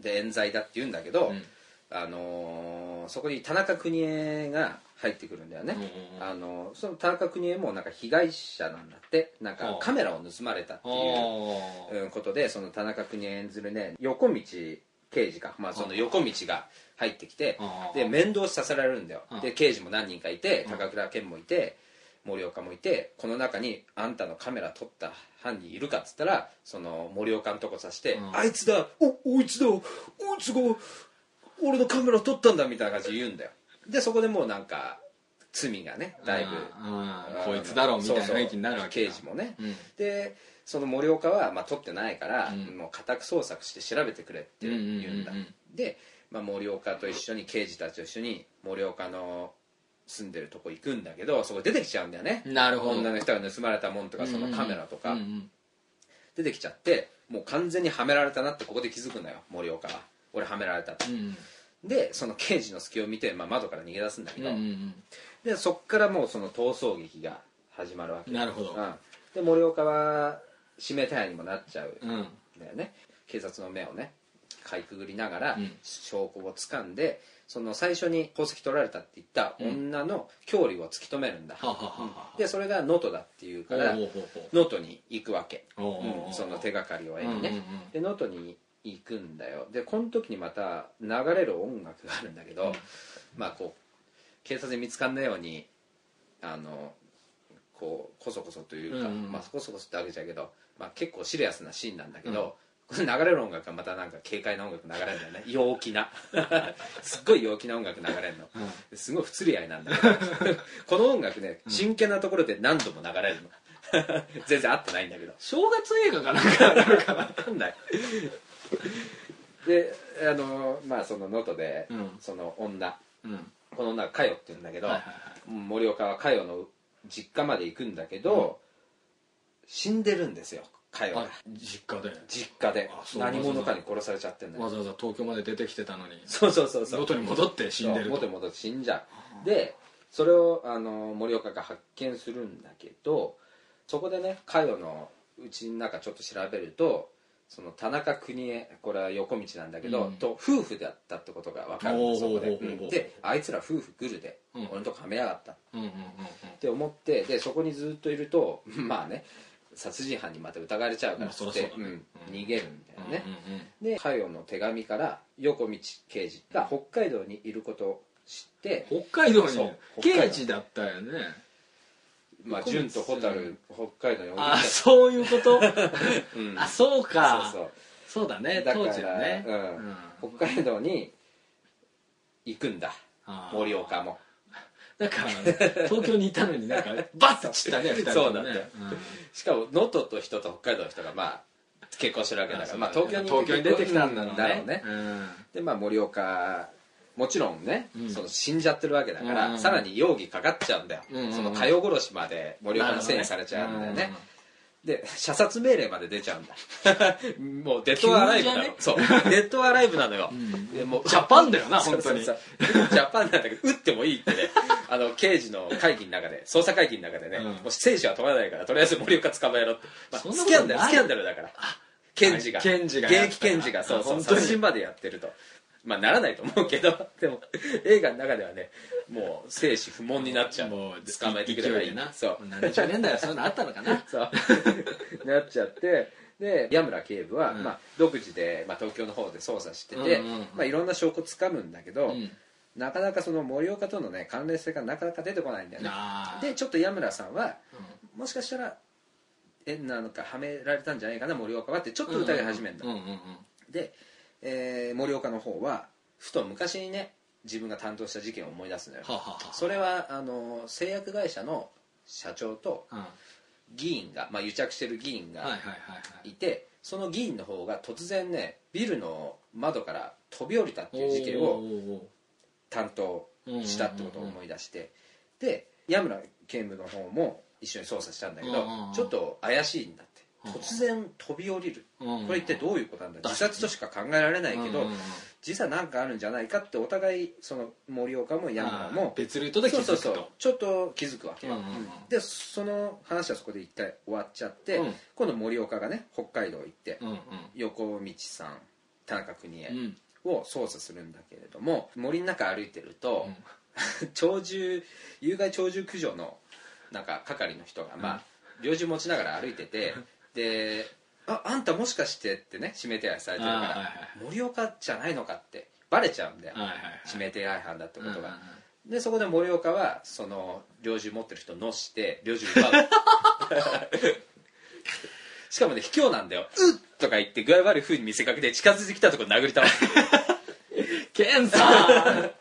Speaker 2: で冤罪だって言うんだけど、
Speaker 3: うん
Speaker 2: あのーそこに田中邦衛が入ってくるんだよね、
Speaker 3: うんうん
Speaker 2: あのその田中邦衛もなんか被害者なんだってなん
Speaker 3: は
Speaker 2: か
Speaker 3: あ
Speaker 2: カメラを盗まれたっていう
Speaker 3: あー
Speaker 2: うんことでその田中邦衛演ずるね横道刑事か、まあ、その横道が入ってきて
Speaker 3: あー
Speaker 2: で面倒させられるんだよ
Speaker 3: うん
Speaker 2: で刑事も何人かいて
Speaker 3: うん
Speaker 2: 高倉健もいて森岡もいてこの中にあんたのカメラ撮った犯人いるかっつったらその森岡のとこ指して
Speaker 3: う
Speaker 2: 「
Speaker 3: ん
Speaker 2: あいつだおおいつだおいつが俺のカメラ撮ったんだ」みたいな感じで言うんだよでそこでもうなんか罪がねだいぶ
Speaker 3: あー
Speaker 2: あの
Speaker 3: こいつだろうみたいな
Speaker 2: そうそう
Speaker 3: 雰囲気になるわけだ
Speaker 2: 刑事もね
Speaker 3: うん
Speaker 2: でその森岡は、まあ、取ってないから、
Speaker 3: うん
Speaker 2: もう家宅捜索して調べてくれって言うんだ、
Speaker 3: うんうんうんうん
Speaker 2: で、まあ、森岡と一緒に刑事たちと一緒に森岡の住んでるとこ行くんだけどそこ出てきちゃうんだよね
Speaker 3: なるほど
Speaker 2: 女の人が盗まれたもんとかそのカメラとか、
Speaker 3: うんうん
Speaker 2: 出てきちゃってもう完全にはめられたなってここで気づくのよ森岡は俺はめられたって
Speaker 3: うんうん
Speaker 2: でその刑事の隙を見て、まあ、窓から逃げ出すんだけ
Speaker 3: うん
Speaker 2: ど、
Speaker 3: うん
Speaker 2: でそっからもうその逃走劇が始まるわ
Speaker 3: う
Speaker 2: け
Speaker 3: んなるほど
Speaker 2: うん、で森岡は指名手配にもなっちゃう
Speaker 3: うんうん
Speaker 2: だよね警察の目をねかいくぐりながら
Speaker 3: うん
Speaker 2: 証拠をつかんで、その最初に宝石取られたって言った女の距離を突き止めるんだ、
Speaker 3: はははは
Speaker 2: でそれが能登だっていう
Speaker 3: ほ
Speaker 2: か
Speaker 3: う
Speaker 2: ら
Speaker 3: ほうほうほう
Speaker 2: 能登に行くわけ、
Speaker 3: おうおうおう
Speaker 2: うんその手がかりを得
Speaker 3: うん
Speaker 2: に
Speaker 3: うんう
Speaker 2: ね、
Speaker 3: ん
Speaker 2: で能登に行くんだよでこの時にまた流れる音楽があるんだけど、まあこう警察に見つかんないようにあのこうこそこそというか、
Speaker 3: うんうん
Speaker 2: まあ、こそこそってわけじゃないけど、まあ、結構シリアスなシーンなんだけど、この流れる音楽がまたなんか軽快な音楽流れるんだよね陽気な [laughs] すっごい陽気な音楽流れるの、すごい不釣り合いなんだけど
Speaker 3: [laughs]
Speaker 2: この音楽ね真剣なところで何度も流れるの [laughs] 全然合ってないんだけど
Speaker 3: 正月映画かなんかなのか
Speaker 2: わかんないであのまあその能登で、
Speaker 3: うん
Speaker 2: その女
Speaker 3: うん
Speaker 2: この女は佳代って言うんだけど、
Speaker 3: はいはいはい
Speaker 2: 森岡は佳代の実家まで行くんだけど、死んでるんですよ佳代が、
Speaker 3: あ実家で
Speaker 2: 実家で
Speaker 3: あそう
Speaker 2: 何者かに殺されちゃってんだよ
Speaker 3: わざわざ東京まで出てきてたのに
Speaker 2: そうそうそうそう
Speaker 3: 元に戻って死んでる
Speaker 2: そう元
Speaker 3: と
Speaker 2: 々死んじゃうでそれをあの森岡が発見するんだけどそこでね佳代のうちの中ちょっと調べるとその田中邦衛これは横道なんだけど、
Speaker 3: うん
Speaker 2: と夫婦だったってことが分かるんだそこで、
Speaker 3: おーおーおーおー
Speaker 2: うんであいつら夫婦グルで、
Speaker 3: うん
Speaker 2: 俺のとこはめやがったっ
Speaker 3: うんうんうん
Speaker 2: て思ってでそこにずっといると [laughs] まあね殺人犯にまた疑われちゃうからっつって、
Speaker 3: まあそりゃそうだね
Speaker 2: うん逃げるんだよ
Speaker 3: うん
Speaker 2: ね、で佳代の手紙から横道刑事が北海道にいることを知って、
Speaker 3: うんうん北海道
Speaker 2: そ
Speaker 3: に
Speaker 2: う北海
Speaker 3: 刑
Speaker 2: 道
Speaker 3: 事だったよね
Speaker 2: まあ、純と蛍北海道に置いて
Speaker 3: あそういうこと
Speaker 2: た、うん
Speaker 3: あそうか
Speaker 2: そう
Speaker 3: そうだ
Speaker 2: そう
Speaker 3: ね
Speaker 2: だか
Speaker 3: 当
Speaker 2: ら
Speaker 3: 時はね
Speaker 2: うん
Speaker 3: うん
Speaker 2: 北海道に行くんだ
Speaker 3: あー
Speaker 2: 盛岡も
Speaker 3: なんか東京にいたのになんか
Speaker 2: [laughs]
Speaker 3: バッと散ったね2人とも
Speaker 2: そうなん
Speaker 3: ね
Speaker 2: だよしかも能登と人と北海道の人がまあ結婚してるわけだからまあ、東京に
Speaker 3: 東京に出てきたんだろうね
Speaker 2: だろうね
Speaker 3: うん
Speaker 2: でまあ盛岡もちろんね、
Speaker 3: うん
Speaker 2: その死んじゃってるわけだから、
Speaker 3: うん
Speaker 2: さらに容疑かかっちゃうんだよ、
Speaker 3: うんうんうん
Speaker 2: その火曜殺しまで盛岡のせいにされちゃうんだよね、で射殺命令まで出ちゃうんだ [laughs] もうデッドアライブなの、
Speaker 3: 急にじゃね
Speaker 2: そうデッドアライブなのよ、
Speaker 3: ん
Speaker 2: でもう
Speaker 3: ジャパンだよな
Speaker 2: そうそうそうジャパンなんだけど撃ってもいいってねあの刑事の会議の中で捜査会議の中でね、
Speaker 3: うん
Speaker 2: もう生死は問わないからとりあえず森岡捕まえろって、まあ
Speaker 3: そんな
Speaker 2: ス
Speaker 3: こ
Speaker 2: キ
Speaker 3: と
Speaker 2: ャンダル
Speaker 3: ない
Speaker 2: スキャンダルだから検事が
Speaker 3: 検事が
Speaker 2: 現
Speaker 3: やった
Speaker 2: 役検事がそうそう
Speaker 3: 本当に
Speaker 2: 殺人までやってるとまあならないと思うけどでも映画の中ではねもう生死不問になっちゃう
Speaker 3: もう
Speaker 2: 捕まえてくればい
Speaker 3: 勢
Speaker 2: い
Speaker 3: でな
Speaker 2: そう
Speaker 3: 70年代はそういうのあったのかな
Speaker 2: そう [laughs] なっちゃってで矢村警部は、
Speaker 3: うん
Speaker 2: まあ、独自で、まあ、東京の方で捜査してて、
Speaker 3: うんうんうん
Speaker 2: まあ、いろんな証拠つかむんだけど、
Speaker 3: うん
Speaker 2: なかなかその森岡との、ね、関連性がなかなか出てこないんだよね
Speaker 3: あー
Speaker 2: でちょっと矢村さんは
Speaker 3: うん
Speaker 2: もしかしたら縁なのかはめられたんじゃないかな森岡はってちょっと疑い始めるんだ、
Speaker 3: うんうんうん
Speaker 2: で、えー森岡の方はふと昔にね自分が担当した事件を思い出すのよ
Speaker 3: はあはあはあ
Speaker 2: それはあの製薬会社の社長と
Speaker 3: うん
Speaker 2: 議員が、まあ、癒着してる議員が
Speaker 3: はいはいはいはい
Speaker 2: いてその議員の方が突然ねビルの窓から飛び降りたっていう事件を
Speaker 3: を
Speaker 2: 担当したってことを思い出してで矢村警務の方も一緒に捜査したんだけど
Speaker 3: うんうん
Speaker 2: ちょっと怪しいんだって
Speaker 3: うん
Speaker 2: 突然飛び降りる
Speaker 3: こ
Speaker 2: これ一体どういうことなんだ
Speaker 3: 確かに
Speaker 2: 自殺としか考えられないけ
Speaker 3: う
Speaker 2: ど
Speaker 3: んうんうん
Speaker 2: 実は何かあるんじゃないかってお互いその森岡も矢村も
Speaker 3: あー別ルートで気づく
Speaker 2: そ
Speaker 3: と
Speaker 2: うそうそうちょっと気づくわけよ、
Speaker 3: うんうんうん
Speaker 2: でその話はそこで一回終わっちゃって、
Speaker 3: うん
Speaker 2: 今度森岡がね北海道行って、
Speaker 3: うんうん
Speaker 2: 横道さん田中邦衛
Speaker 3: うん
Speaker 2: を捜査するんだけれども森の中歩いてると、 [laughs] 鳥獣有害鳥獣駆除のなんか係の人が、まあ、猟銃持ちながら歩いててで「ああんたもしかして」ってね指名手配されてるか
Speaker 3: あーはいは
Speaker 2: ら森岡じゃないのかってバレちゃうんだよ
Speaker 3: はいはい
Speaker 2: 指名手配犯だってことが。
Speaker 3: うんうんうん
Speaker 2: でそこで森岡はその猟銃持ってる人を乗して猟銃奪
Speaker 3: [laughs]
Speaker 2: うしかもね卑怯なんだよ「うっ!」とか言って具合悪い風に見せかけて近づいてきたとこ殴り倒す
Speaker 3: [laughs] ケンさん
Speaker 2: あ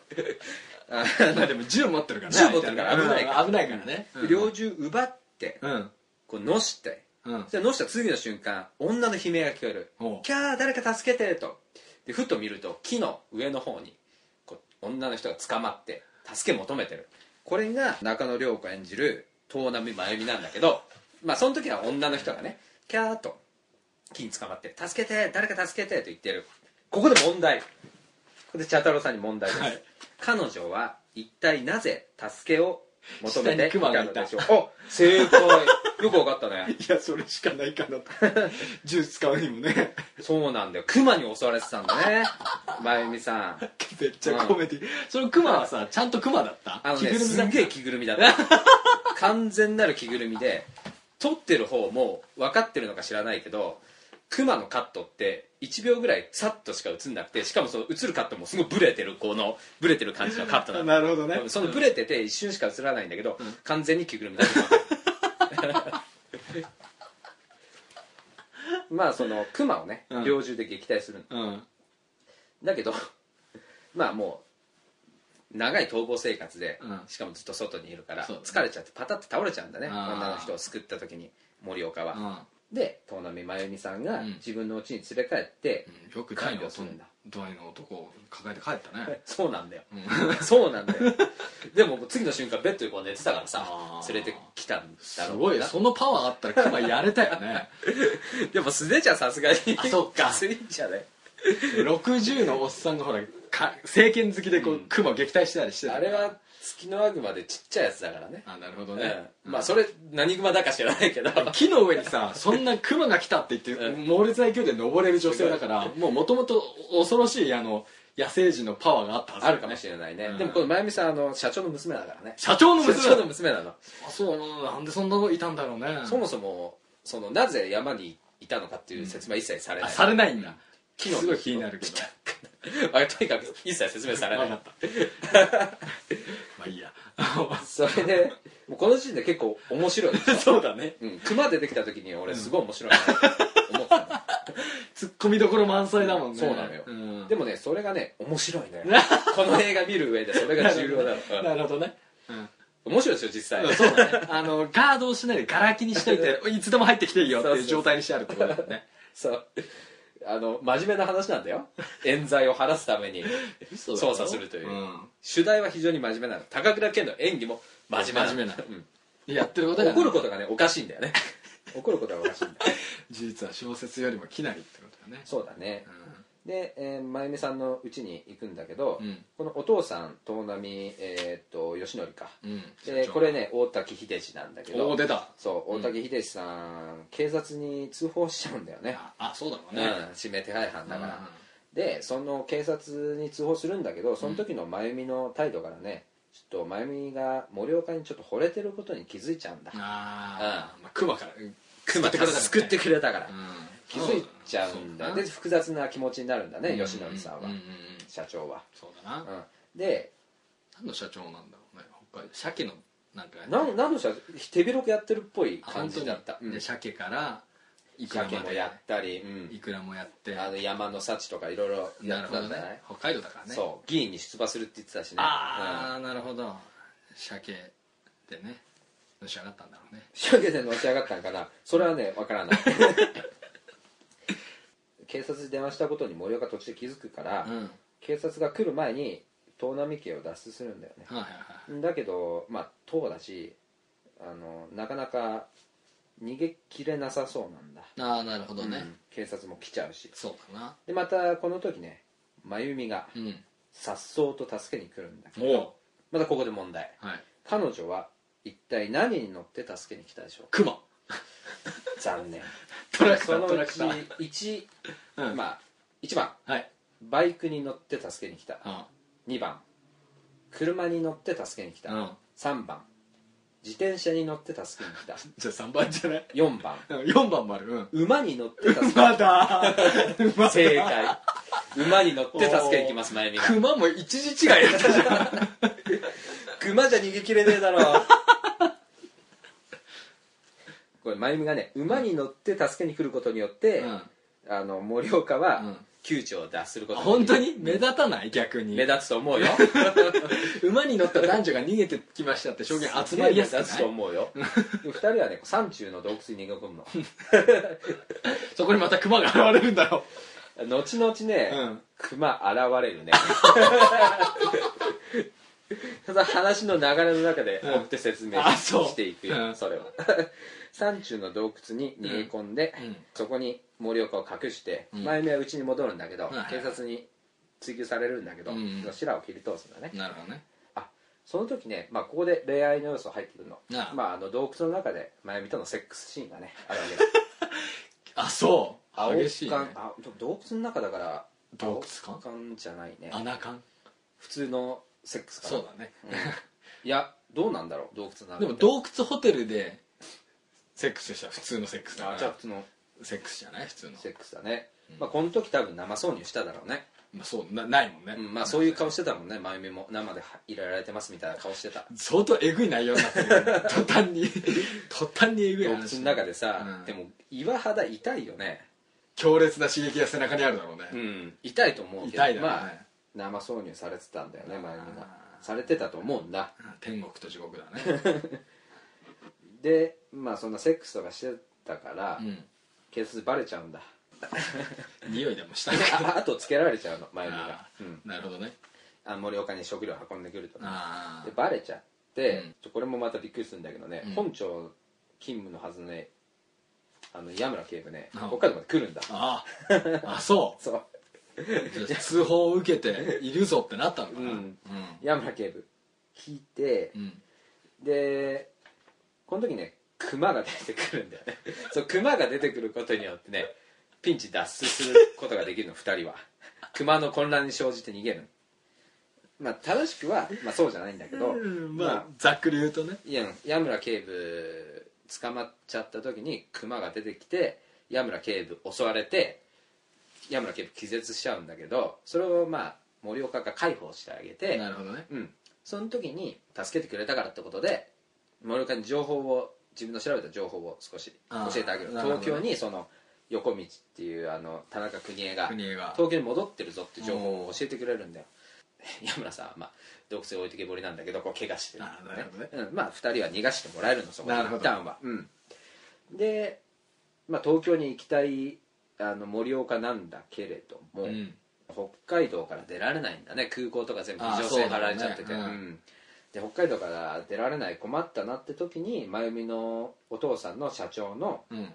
Speaker 3: まあ [laughs] でも銃持ってるからね
Speaker 2: 銃持ってるから
Speaker 3: 相手はね
Speaker 2: 危ないから
Speaker 3: うん危ないからね
Speaker 2: の猟銃奪って
Speaker 3: うん
Speaker 2: こうのして
Speaker 3: うん
Speaker 2: でのした次の瞬間女の悲鳴が聞こえる
Speaker 3: おう
Speaker 2: 「キャー誰か助けて」とでふと見ると木の上の方にこう女の人が捕まって助け求めてるこれが中野涼子演じる遠波真由美なんだけどまあその時は女の人がね「キャー」と木に捕まって「助けて誰か助けて」と言ってるここで問題ここで茶太郎さんに問題です、
Speaker 3: はい
Speaker 2: 彼女は一体なぜ助けを求めていたのでしょう
Speaker 3: 下
Speaker 2: お正解よくわかった
Speaker 3: [laughs]
Speaker 2: ね
Speaker 3: いやそれしかないかなと [laughs] 銃使うにもね
Speaker 2: そうなんだよ熊に襲われてたんだね真由美さん
Speaker 3: めっちゃコメディ [laughs] そのクマはさちゃんとクマだった
Speaker 2: あの
Speaker 3: 着
Speaker 2: ね
Speaker 3: ぐるみだ
Speaker 2: す
Speaker 3: っ
Speaker 2: ん
Speaker 3: た
Speaker 2: げえ着ぐるみだった完全なる着ぐるみで撮ってる方も分かってるのか知らないけど熊のカットって1秒ぐらいサッとしか映んなくてしかもその映るカットもすごいブレてるこのブレてる感じのカットなの
Speaker 3: なるほどね
Speaker 2: そのブレてて一瞬しか映らないんだけど、完全に着ぐるみだった
Speaker 3: [laughs]
Speaker 2: まあその熊をね
Speaker 3: うん
Speaker 2: 猟銃で撃退する
Speaker 3: うん
Speaker 2: だけど [laughs] まあもう長い逃亡生活で、
Speaker 3: うん
Speaker 2: しかもずっと外にいるから、
Speaker 3: そうだね
Speaker 2: 疲れちゃってパタッて倒れちゃうんだね
Speaker 3: あー
Speaker 2: 女の人を救った時に森岡
Speaker 3: う
Speaker 2: は、
Speaker 3: ん
Speaker 2: で東波真由美さんが
Speaker 3: うん
Speaker 2: 自分の家に連れ帰って、
Speaker 3: よく大の
Speaker 2: す
Speaker 3: 男
Speaker 2: るんだ
Speaker 3: 大の男を抱えて帰ったね
Speaker 2: [laughs] そうなんだよ、
Speaker 3: [laughs] う
Speaker 2: そうなんだよでももう次の瞬間ベッドでこう寝てたからさ
Speaker 3: あー
Speaker 2: 連れてきたんだ
Speaker 3: す
Speaker 2: ろう
Speaker 3: ごい
Speaker 2: な
Speaker 3: そのパワーあったらクマやれたよ [laughs] ね
Speaker 2: やっぱ素手じゃさすがに
Speaker 3: あそっ
Speaker 2: [laughs]
Speaker 3: か
Speaker 2: スイッチゃね
Speaker 3: 60のおっさんがほらか政権好きでこう、
Speaker 2: うん
Speaker 3: クマを撃退してたりしてた
Speaker 2: あれは月のワグマでちっちゃいやつだからね
Speaker 3: あなるほどね、
Speaker 2: うんまあそれ何グマだか知らないけど
Speaker 3: 木の上に [laughs] さそんなクマが来たって言って、
Speaker 2: うん
Speaker 3: 猛烈な勢いで登れる女性だからもうもともと恐ろしいあの野生児のパワーがあったはずだ
Speaker 2: あ
Speaker 3: よ
Speaker 2: るかもしれないね、
Speaker 3: うん
Speaker 2: でもこの真由美さんあの社長の娘だからね
Speaker 3: 社長の
Speaker 2: 社
Speaker 3: 娘
Speaker 2: 長
Speaker 3: だ
Speaker 2: の娘なの、
Speaker 3: あそうなんでそんなのいたんだろうね
Speaker 2: そもそもそのなぜ山にいたのかっていう説明は一切されな
Speaker 3: あ
Speaker 2: い、
Speaker 3: されないんだ
Speaker 2: 木の
Speaker 3: すごい気になるけど
Speaker 2: [laughs] あとにかく一切説明されな
Speaker 3: わ
Speaker 2: い
Speaker 3: かったまあいいや
Speaker 2: それでもうこの時点で結構面白いでしょ
Speaker 3: [laughs] そうだね
Speaker 2: うん、熊出てきた時に俺すごい面白いなと思ったの
Speaker 3: ツッコミどころ満載だもんね
Speaker 2: そうなのよ
Speaker 3: ん
Speaker 2: でもねそれがね面白い
Speaker 3: [laughs]
Speaker 2: ねこの映画見る上でそれが重要だろ
Speaker 3: なるほどねうん
Speaker 2: 面白いですよ実際
Speaker 3: そうだねあのガードをしないでガラ空きにしといていつでも入ってきていいよって
Speaker 2: そう
Speaker 3: い
Speaker 2: そうう
Speaker 3: 状態にしてあるってことだよね
Speaker 2: そうあの真面目な話なんだよ冤罪を晴らすために捜査するという、
Speaker 3: ん
Speaker 2: 主題は非常に真面目なの高倉健の演技も真面目なの
Speaker 3: 真面目なの
Speaker 2: うん
Speaker 3: やってることが
Speaker 2: 怒ることがねおかしいんだよね [laughs] 怒ることがおかしいんだ
Speaker 3: 事実は小説よりもきなりってことだね
Speaker 2: そうだね
Speaker 3: うん
Speaker 2: で、えー、真由美さんの家に行くんだけど、
Speaker 3: うん
Speaker 2: このお父さん東波、えー、と吉典か、
Speaker 3: うん
Speaker 2: でこれね大滝秀治なんだけ
Speaker 3: おお
Speaker 2: ど
Speaker 3: 出た
Speaker 2: そう大滝秀治さん、警察に通報しちゃうんだよね、
Speaker 3: ああそうだろ
Speaker 2: うん
Speaker 3: うね、
Speaker 2: 指名手配犯だから、
Speaker 3: うん
Speaker 2: でその警察に通報するんだけどその時の真由美の態度からねちょっと真由美が森岡にちょっと惚れてることに気づいちゃうんだ
Speaker 3: ああ、まあクマからうん
Speaker 2: 救ってくれたから救ってくれたから、
Speaker 3: うん
Speaker 2: 気づいちゃうんだ
Speaker 3: そ
Speaker 2: で複雑な気持ちになるんだね、吉
Speaker 3: 野
Speaker 2: 典さんは、
Speaker 3: うんうんうん
Speaker 2: 社長は、
Speaker 3: そうだな、
Speaker 2: うん、で
Speaker 3: 何の社長なんだろうね北海道鮭のなんか
Speaker 2: なん何の社手広くやってるっぽい
Speaker 3: あ
Speaker 2: 感じだった
Speaker 3: 本当に
Speaker 2: うん
Speaker 3: で鮭からいくら
Speaker 2: 鮭
Speaker 3: ま
Speaker 2: も
Speaker 3: で
Speaker 2: やったり、うん
Speaker 3: いくらもやって
Speaker 2: あの山の幸とかいろいろ
Speaker 3: な
Speaker 2: や
Speaker 3: る
Speaker 2: って
Speaker 3: ほ
Speaker 2: た
Speaker 3: ど
Speaker 2: んじゃない
Speaker 3: ね北海道だからね
Speaker 2: そう議員に出馬するって言ってたしね
Speaker 3: あ
Speaker 2: うん
Speaker 3: あなるほど鮭でねのし上がったんだろうね [laughs]
Speaker 2: 仕上げでのし上がったんかなそれはねわからない警察に電話したことに森岡途中で気づくから、
Speaker 3: うんはい
Speaker 2: 警察が来る前に東波家を脱出するんだよね、
Speaker 3: はいはい
Speaker 2: だけどまあ党だしあのなかなか逃げきれなさそうなんだ、
Speaker 3: ああなるほどね、
Speaker 2: うん警察も来ちゃうし
Speaker 3: そうだな
Speaker 2: でまたこの時ね真由美が
Speaker 3: うん
Speaker 2: 颯爽と助けに来るんだけど
Speaker 3: お
Speaker 2: またここで問題
Speaker 3: はい
Speaker 2: 彼女は一体何に乗って助けに来たでしょうか
Speaker 3: クマ
Speaker 2: 残念
Speaker 3: トラクタ
Speaker 2: そ
Speaker 3: ー
Speaker 2: の
Speaker 3: ト
Speaker 2: う
Speaker 3: ラク
Speaker 2: ち
Speaker 3: ター
Speaker 2: 1、
Speaker 3: うん
Speaker 2: まあ1番
Speaker 3: はい
Speaker 2: バイクに乗って助けに来た
Speaker 3: うん
Speaker 2: 2番車に乗って助けに来た、
Speaker 3: うん
Speaker 2: 3番自転車に乗って助けに来た
Speaker 3: じゃあ3番じゃない
Speaker 2: 4番
Speaker 3: うん4番もあるうん
Speaker 2: 馬に乗って助けに来
Speaker 3: ま [laughs] だ
Speaker 2: た正解馬に乗って助けに来ますまゆみが
Speaker 3: クマも一時違いだ [laughs] ったじゃん
Speaker 2: 熊じゃ逃げ切れねえだろこれまゆみがね馬に乗って助けに来ることによって、あの森岡
Speaker 3: う
Speaker 2: は
Speaker 3: ん
Speaker 2: 窮地を脱すること
Speaker 3: 本当
Speaker 2: に
Speaker 3: に目立たない逆に
Speaker 2: 目立つと
Speaker 3: [laughs]
Speaker 2: 思うよ
Speaker 3: 馬に乗った男女が逃げてきましたって証言集まりやすく
Speaker 2: 目立つと
Speaker 3: ない
Speaker 2: 思うよで二人はね山中の洞窟に逃げ込むの
Speaker 3: そこにまたクマが現れるんだろ
Speaker 2: 後々ね、
Speaker 3: うん
Speaker 2: 熊現れるね [laughs] ただ話の流れの中で
Speaker 3: うん
Speaker 2: 追って説明
Speaker 3: あそう
Speaker 2: していくよ、
Speaker 3: うん
Speaker 2: それは [laughs] 山中の洞窟に逃げ込んで、
Speaker 3: うんうん
Speaker 2: そこに森岡を隠して、
Speaker 3: うん
Speaker 2: 真由美は家に戻るんだけど、
Speaker 3: はいはい
Speaker 2: 警察に追及されるんだけど、
Speaker 3: うんうん
Speaker 2: その白を切り通すんだね
Speaker 3: なるほどね
Speaker 2: あその時ね、まあ、ここで恋愛の要素入ってくるの
Speaker 3: ああ
Speaker 2: まあ、あの洞窟の中で真由美とのセックスシーンがねあるわけ
Speaker 3: あそ
Speaker 2: 青
Speaker 3: う [laughs] 激しい、ね、
Speaker 2: 缶あでも洞窟の中だから
Speaker 3: 洞窟
Speaker 2: 青缶じゃないね
Speaker 3: 穴感
Speaker 2: 普通のセックスかな
Speaker 3: そうだね、
Speaker 2: いやどうなんだろう洞窟の中
Speaker 3: でも洞窟ホテルでセックスしたら普通のセックスだか
Speaker 2: あ
Speaker 3: ら
Speaker 2: じゃあ普通の
Speaker 3: セックスじゃない普通の
Speaker 2: セックスだね、まあ、この時多分生挿入しただろうね、
Speaker 3: まあそうなないもんね、
Speaker 2: うんまあ、そういう顔してたもんね真由美も生で入れられてますみたいな顔してた
Speaker 3: 相当えぐい内容になってるよね途端
Speaker 2: [laughs]
Speaker 3: に途端にえぐい
Speaker 2: 洞窟
Speaker 3: 話
Speaker 2: の中でさ、
Speaker 3: うん
Speaker 2: でも岩肌痛いよね
Speaker 3: 強烈な刺激が背中にあるだろうね、
Speaker 2: うん痛いと思うけど
Speaker 3: 痛いだろうね
Speaker 2: まあ、生挿入されてたんだよね真由美が
Speaker 3: あー
Speaker 2: されてたと思うんだ
Speaker 3: 天国と地獄だね
Speaker 2: でまあそんなセックスとかしてたから、
Speaker 3: うん
Speaker 2: 警察バレちゃうんだ
Speaker 3: 匂いで
Speaker 2: [laughs]
Speaker 3: もしたいか
Speaker 2: あ後つけられちゃうの真由美が
Speaker 3: あ、ー
Speaker 2: うん、
Speaker 3: なるほどね
Speaker 2: あ森岡に食料運んでくるとで
Speaker 3: ああ
Speaker 2: バレちゃって、
Speaker 3: うん
Speaker 2: ちょこれもまたびっくりするんだけどね、
Speaker 3: うん
Speaker 2: 本庁勤務のはずのねあの矢村警部ね
Speaker 3: あ
Speaker 2: 北海道まで来るんだ
Speaker 3: あーあそ
Speaker 2: そう
Speaker 3: うじゃあ通報を受けているぞってなったのか
Speaker 2: う
Speaker 3: なうんん
Speaker 2: 矢村警部聞いて
Speaker 3: う、ん
Speaker 2: でこの時ね熊が出てくるんだよね [laughs] そう熊が出てくることによってねピンチ脱出することができるの2人は熊の混乱に生じて逃げるまあ正しくは、まあ、そうじゃないんだけど、
Speaker 3: うんまあざっくり言うとね
Speaker 2: いや矢村警部捕まっちゃった時に熊が出てきて矢村警部襲われて矢村警部気絶しちゃうんだけどそれをまあ森岡が介抱してあげて
Speaker 3: なるほどね
Speaker 2: うん、その時に助けてくれたからってことで森岡に情報を自分の調べた情報を少し
Speaker 3: あー
Speaker 2: 教えてあげる
Speaker 3: なるほど
Speaker 2: 東京にその横道っていうあの田中邦衛が
Speaker 3: 国枝が
Speaker 2: 東京に戻ってるぞって情報を教えてくれるんだよ [laughs] 矢村さんは、まあ、洞窟に置いてけぼりなんだけどこう怪我してる,、
Speaker 3: あーなるほどね
Speaker 2: うん、まあ2人は逃がしてもらえるのそこで
Speaker 3: なるほど
Speaker 2: 一旦は、うん、で、まあ、東京に行きたいあの森岡なんだけれども、
Speaker 3: うん
Speaker 2: 北海道から出られないんだね空港とか全部
Speaker 3: ああ
Speaker 2: 非常制張られちゃってて、
Speaker 3: そうだねうん
Speaker 2: うんで北海道から出られない困ったなって時に真由美のお父さんの社長の
Speaker 3: うん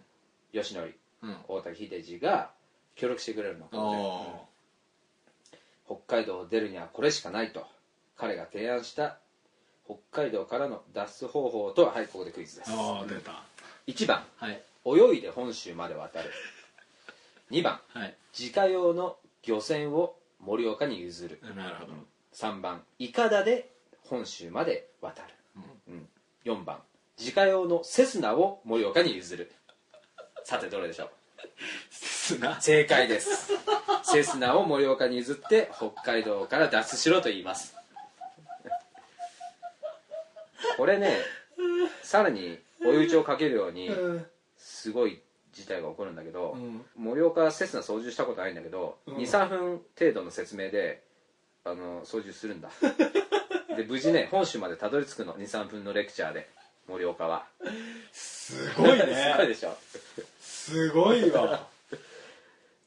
Speaker 2: 吉典
Speaker 3: うん
Speaker 2: 大竹秀治が協力してくれるの
Speaker 3: お
Speaker 2: ここで
Speaker 3: お
Speaker 2: 北海道を出るにはこれしかないと彼が提案した北海道からの脱出方法とははいここでクイズです
Speaker 3: ああ出た
Speaker 2: 1番
Speaker 3: はい
Speaker 2: 泳いで本州まで渡る2番
Speaker 3: はい
Speaker 2: 自家用の漁船を盛岡に譲る
Speaker 3: なるほど
Speaker 2: 3番いかだで本州まで渡る、うん4番自家用のセスナを盛岡に譲るさてどれでしょう
Speaker 3: 砂
Speaker 2: 正解です [laughs] セスナを盛岡に譲って北海道から脱出しろと言いますこれねさらに追い打ちをかけるように
Speaker 3: うん
Speaker 2: すごい事態が起こるんだけど
Speaker 3: うん
Speaker 2: 盛、岡はセスナ操縦したことないんだけど、
Speaker 3: うん
Speaker 2: 23分程度の説明であの操縦するんだで無事ね本州までたどり着くの23分のレクチャーで盛岡は
Speaker 3: すごい
Speaker 2: [laughs] すごい
Speaker 3: ね
Speaker 2: でしょ
Speaker 3: すごいわ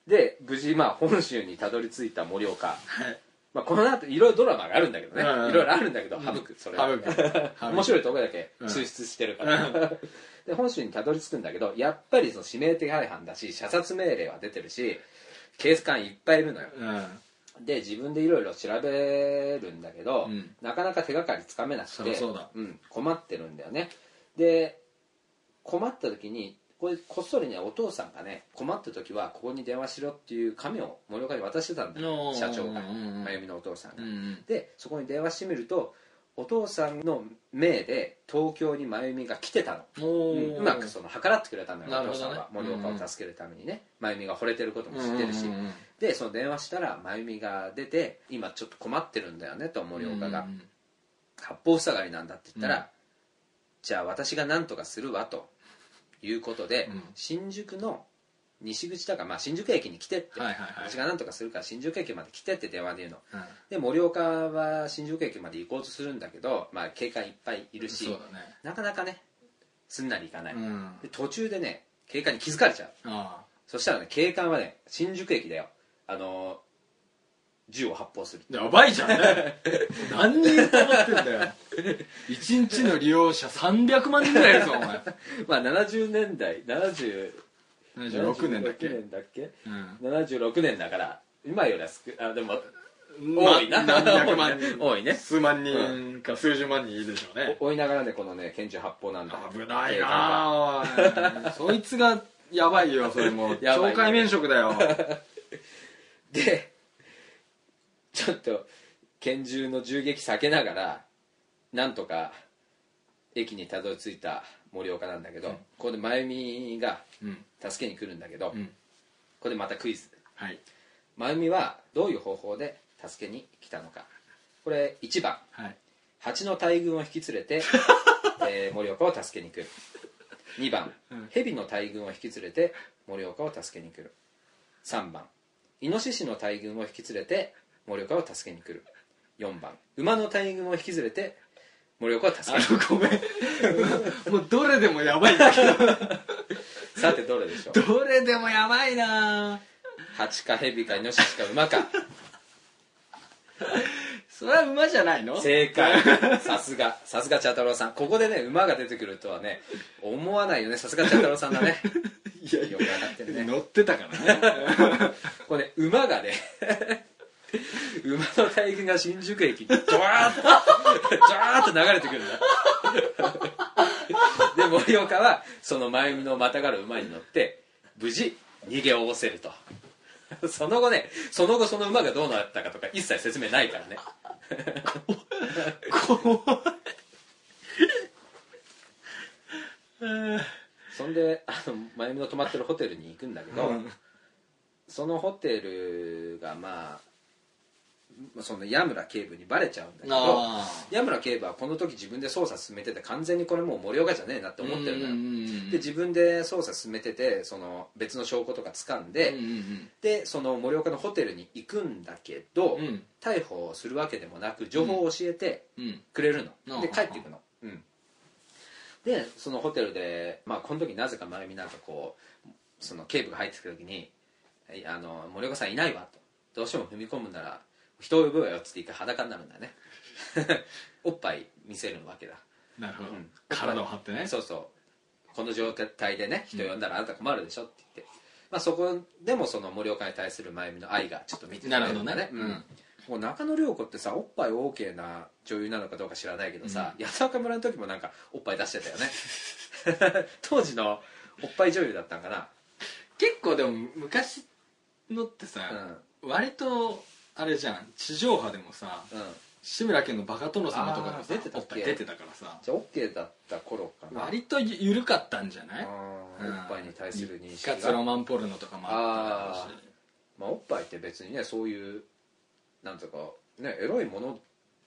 Speaker 2: で無事まあ本州にたどり着いた盛岡、
Speaker 3: はい
Speaker 2: まあ、この後いろいろドラマがあるんだけどね、
Speaker 3: うんうん
Speaker 2: いろいろあるんだけど省くそれは
Speaker 3: 省く省く
Speaker 2: 面白いところだけ抽出して
Speaker 3: [laughs]
Speaker 2: るから、で本州にたどり着くんだけどやっぱりその指名手配犯だし射殺命令は出てるし警察官いっぱいいるのよ
Speaker 3: うん
Speaker 2: で自分でいろいろ調べるんだけど、
Speaker 3: うん
Speaker 2: なかなか手がかりつかめなく
Speaker 3: そり
Speaker 2: て
Speaker 3: ゃそうだ
Speaker 2: ん、困ってるんだよねで困った時にこれこっそりねお父さんがね困った時はここに電話しろっていう紙を森岡に渡してたんだよ
Speaker 3: おー
Speaker 2: 社長が
Speaker 3: うんうんうん
Speaker 2: 真由美のお父さん
Speaker 3: う
Speaker 2: が、
Speaker 3: ん
Speaker 2: でそこに電話してみるとお父さんの命で東京に真由美が来てたの
Speaker 3: お
Speaker 2: うん
Speaker 3: ー
Speaker 2: うまくその計らってくれたんだよ、
Speaker 3: なる
Speaker 2: お
Speaker 3: ほ
Speaker 2: 父さ
Speaker 3: ど
Speaker 2: ん
Speaker 3: ね
Speaker 2: は森岡を助けるためにね真由美が惚れてることも
Speaker 3: うんう
Speaker 2: 知っ
Speaker 3: んうん
Speaker 2: てるし、でその電話したら真由美が出て今ちょっと困ってるんだよねと森岡が
Speaker 3: うん
Speaker 2: 八方塞がりなんだって言ったら、
Speaker 3: うん
Speaker 2: じゃあ私が何とかするわということで、
Speaker 3: うん
Speaker 2: 新宿の西口だから、まあ、新宿駅に来てって、
Speaker 3: はいはいはい
Speaker 2: 私が何とかするから新宿駅まで来てって電話で言うの
Speaker 3: うん
Speaker 2: で盛岡は新宿駅まで行こうとするんだけど、まあ、警官いっぱいいるし、
Speaker 3: そうだね
Speaker 2: なかなかねすんなりいかない、
Speaker 3: うん
Speaker 2: で途中でね警官に気づかれちゃう
Speaker 3: あ
Speaker 2: そしたらね警官はね新宿駅だよあのー銃を発砲する [laughs]
Speaker 3: あやばいじゃんね何人かかってんだよ一日の利用者300万人ぐらいいるぞお前
Speaker 2: まあ70年代70
Speaker 3: 76年だっけ
Speaker 2: 76年だっけ
Speaker 3: うん
Speaker 2: 76年だから今よりは少あでも
Speaker 3: ま
Speaker 2: 多いな
Speaker 3: 何百万人
Speaker 2: 多いね
Speaker 3: 数万人か数十万人いるでしょうね
Speaker 2: お追いながらねこのね拳銃発砲なんだ
Speaker 3: 危ない
Speaker 2: 警官が
Speaker 3: なあおいそいつがやばいよそれも
Speaker 2: [laughs] やばい
Speaker 3: 懲戒免職だよ
Speaker 2: でちょっと拳銃の銃撃避けながらなんとか駅にたどり着いた盛岡なんだけど、
Speaker 3: うん
Speaker 2: ここで真由美が
Speaker 3: うん
Speaker 2: 助けに来るんだけど、
Speaker 3: う
Speaker 2: こ
Speaker 3: ん
Speaker 2: こでまたクイズ
Speaker 3: はい
Speaker 2: 真由美はどういう方法で助けに来たのかこれ1番
Speaker 3: はい
Speaker 2: 蜂の大群を引き連れ [laughs] て、えー盛岡を助けに来る2番
Speaker 3: うん
Speaker 2: 蛇の大群を引き連れて盛岡を助けに来る3番イノシシの大群を引き連れて盛岡を助けに来る4番馬の大群を引き連れて盛岡を助
Speaker 3: あ
Speaker 2: けに来る
Speaker 3: のごめんもうどれでもやばいんだけ
Speaker 2: [laughs] さてどれでしょう
Speaker 3: どどれでもやばいな
Speaker 2: 蜂か蛇かイノシシか馬か [laughs]
Speaker 3: それは馬じゃないの
Speaker 2: 正 [laughs] 解さすがさすが茶太郎さんここでね馬が出てくるとはね思わないよねさすが茶太郎さんだね
Speaker 3: いやい
Speaker 2: よ
Speaker 3: や
Speaker 2: くわかってるね
Speaker 3: 乗ってたからね
Speaker 2: これね馬がね [laughs] 馬の大群が新宿駅にドワーッとドワーッと流れてくるんだ [laughs] で盛岡はその真由美のまたがる馬に乗って無事逃げおぼせるとその後ねその後その馬がどうなったかとか一切説明ないからね
Speaker 3: 怖い
Speaker 2: そんであの真由美の泊まってるホテルに行くんだけど、そのホテルがまあその矢村警部にバレちゃうんだけど
Speaker 3: あ
Speaker 2: 矢村警部はこの時自分で捜査進めてて完全にこれもう盛岡じゃねえなって
Speaker 3: あ
Speaker 2: 思ってるのよ、
Speaker 3: よ
Speaker 2: で自分で捜査進めててその別の証拠とか掴んで、でその盛岡のホテルに行くんだけど、
Speaker 3: うん
Speaker 2: 逮捕するわけでもなく情報を教えてくれるの、
Speaker 3: うん
Speaker 2: で帰っていくの、うんでそのホテルで、まあ、この時なぜか真由美なんかこうその警部が入ってくる時に「いあの森岡さんいないわ」と「どうしても踏み込むなら人を呼ぶわよ」っつって一回裸になるんだよね [laughs] おっぱい見せるわけだ
Speaker 3: なるほど
Speaker 2: うん
Speaker 3: 体を張ってね
Speaker 2: そうそうこの状態でね人呼んだらあなた困るでしょって言って、まあ、そこでもその森岡に対する真由美の愛がちょっと見て取れんだ
Speaker 3: なるほどね
Speaker 2: うん、もう中野涼子ってさおっぱい OK な女優なのかどうか知らないけどさ、八坂村の時もなんかおっぱい出してたよね [laughs] 当時のおっぱい女優だったんかな、
Speaker 3: 結構でも昔のってさ割とあれじゃん地上波でもさ
Speaker 2: うんうん
Speaker 3: 志村けんのバカ殿様とかがさ
Speaker 2: あー出てたっけ
Speaker 3: おぱい出てたからさ
Speaker 2: じゃあ OK だった頃かな
Speaker 3: 割と緩かったんじゃな
Speaker 2: う
Speaker 3: い
Speaker 2: んおっぱいに対する認
Speaker 3: 一
Speaker 2: 識
Speaker 3: 括
Speaker 2: が
Speaker 3: ロマンポルノとかもあっただろうし
Speaker 2: まあ、おっぱいって別にねそういうなんとかねエロいもの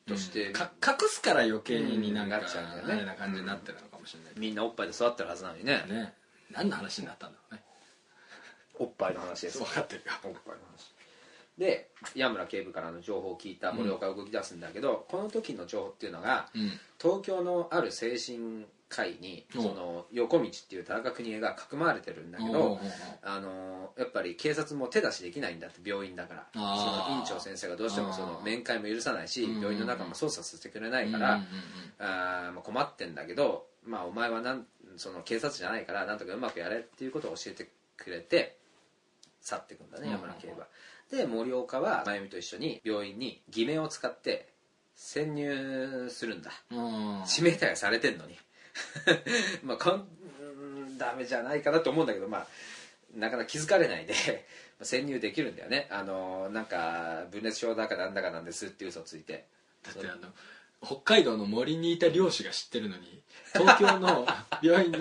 Speaker 2: として、
Speaker 3: か隠すから余計に
Speaker 2: うん
Speaker 3: なんか
Speaker 2: なっちゃうんだよ
Speaker 3: あ
Speaker 2: ね
Speaker 3: れな感じになってるのかもしれない
Speaker 2: みんなおっぱいで育ってるはずなのにね
Speaker 3: けどね何の話になったんだろうね
Speaker 2: おっぱいの話です
Speaker 3: 分かってるよ
Speaker 2: おっぱいの話で矢村警部からの情報を聞いた森岡が動き出すんだけど、この時の情報っていうのが
Speaker 3: うん
Speaker 2: 東京のある精神回に
Speaker 3: お
Speaker 2: その横道っていう田中邦衛がかくまわれてるんだけ
Speaker 3: おうおうお
Speaker 2: ど
Speaker 3: う
Speaker 2: あのやっぱり警察も手出しできないんだって病院だからそ
Speaker 3: あー
Speaker 2: の院長先生がどうしてもそ
Speaker 3: あ
Speaker 2: の
Speaker 3: ー
Speaker 2: 面会も許さないし
Speaker 3: うんうんうん
Speaker 2: 病院の中も捜査させてくれな
Speaker 3: う
Speaker 2: い
Speaker 3: ん
Speaker 2: か
Speaker 3: うん
Speaker 2: ら、
Speaker 3: うん
Speaker 2: あーまあ困ってんだけど、まあ、お前はなんその警察じゃないからなんとかうまくやれっていうことを教えてくれて去っていくんだ
Speaker 3: う
Speaker 2: ね
Speaker 3: ん
Speaker 2: 山田警部は。で森岡は真由美と一緒に病院に偽名を使って潜入するんだ
Speaker 3: うんうん
Speaker 2: 指名手配されてんのに [laughs] まあこんうんダメじゃないかなと思うんだけどまあなかなか気づかれないで [laughs] まあ潜入できるんだよねあのなんか分裂症だかなんだかなんですって嘘ついて
Speaker 3: だってあの北海道の森にいた漁師が知ってるのに東京の病院の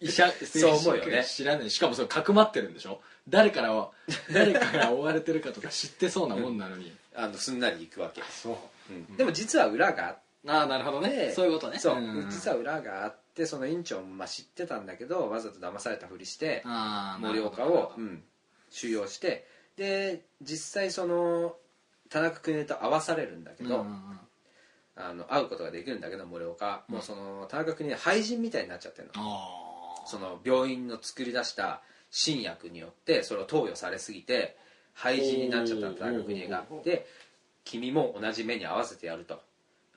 Speaker 3: 医者
Speaker 2: そう思うよね
Speaker 3: 精神科医知らないしかもそれかくまってるんでしょ誰からは誰から追われてるかとか知ってそうなもんなのに、
Speaker 2: あのすんなり行くわけ
Speaker 3: そう
Speaker 2: うんでも実は裏があっ
Speaker 3: ああなるほどね
Speaker 2: て
Speaker 3: そういうことね
Speaker 2: そう
Speaker 3: うん
Speaker 2: 実は裏があってその院長もまあ知ってたんだけどわざと騙されたふりして
Speaker 3: あーな
Speaker 2: 森
Speaker 3: るほど
Speaker 2: 岡を、うん収容してで実際その田中邦衛と会わされるんだけ
Speaker 3: うんうん
Speaker 2: ど、
Speaker 3: うん
Speaker 2: あの会うことができるんだけど森岡、
Speaker 3: うん
Speaker 2: もうその田中邦衛廃人みたいになっちゃってるの
Speaker 3: あー
Speaker 2: その病院の作り出した新薬によってそれを投与されすぎて廃人になっちゃったんだ
Speaker 3: おー
Speaker 2: 田中邦衛が
Speaker 3: おーおーおー
Speaker 2: で君も同じ目に合わせてやると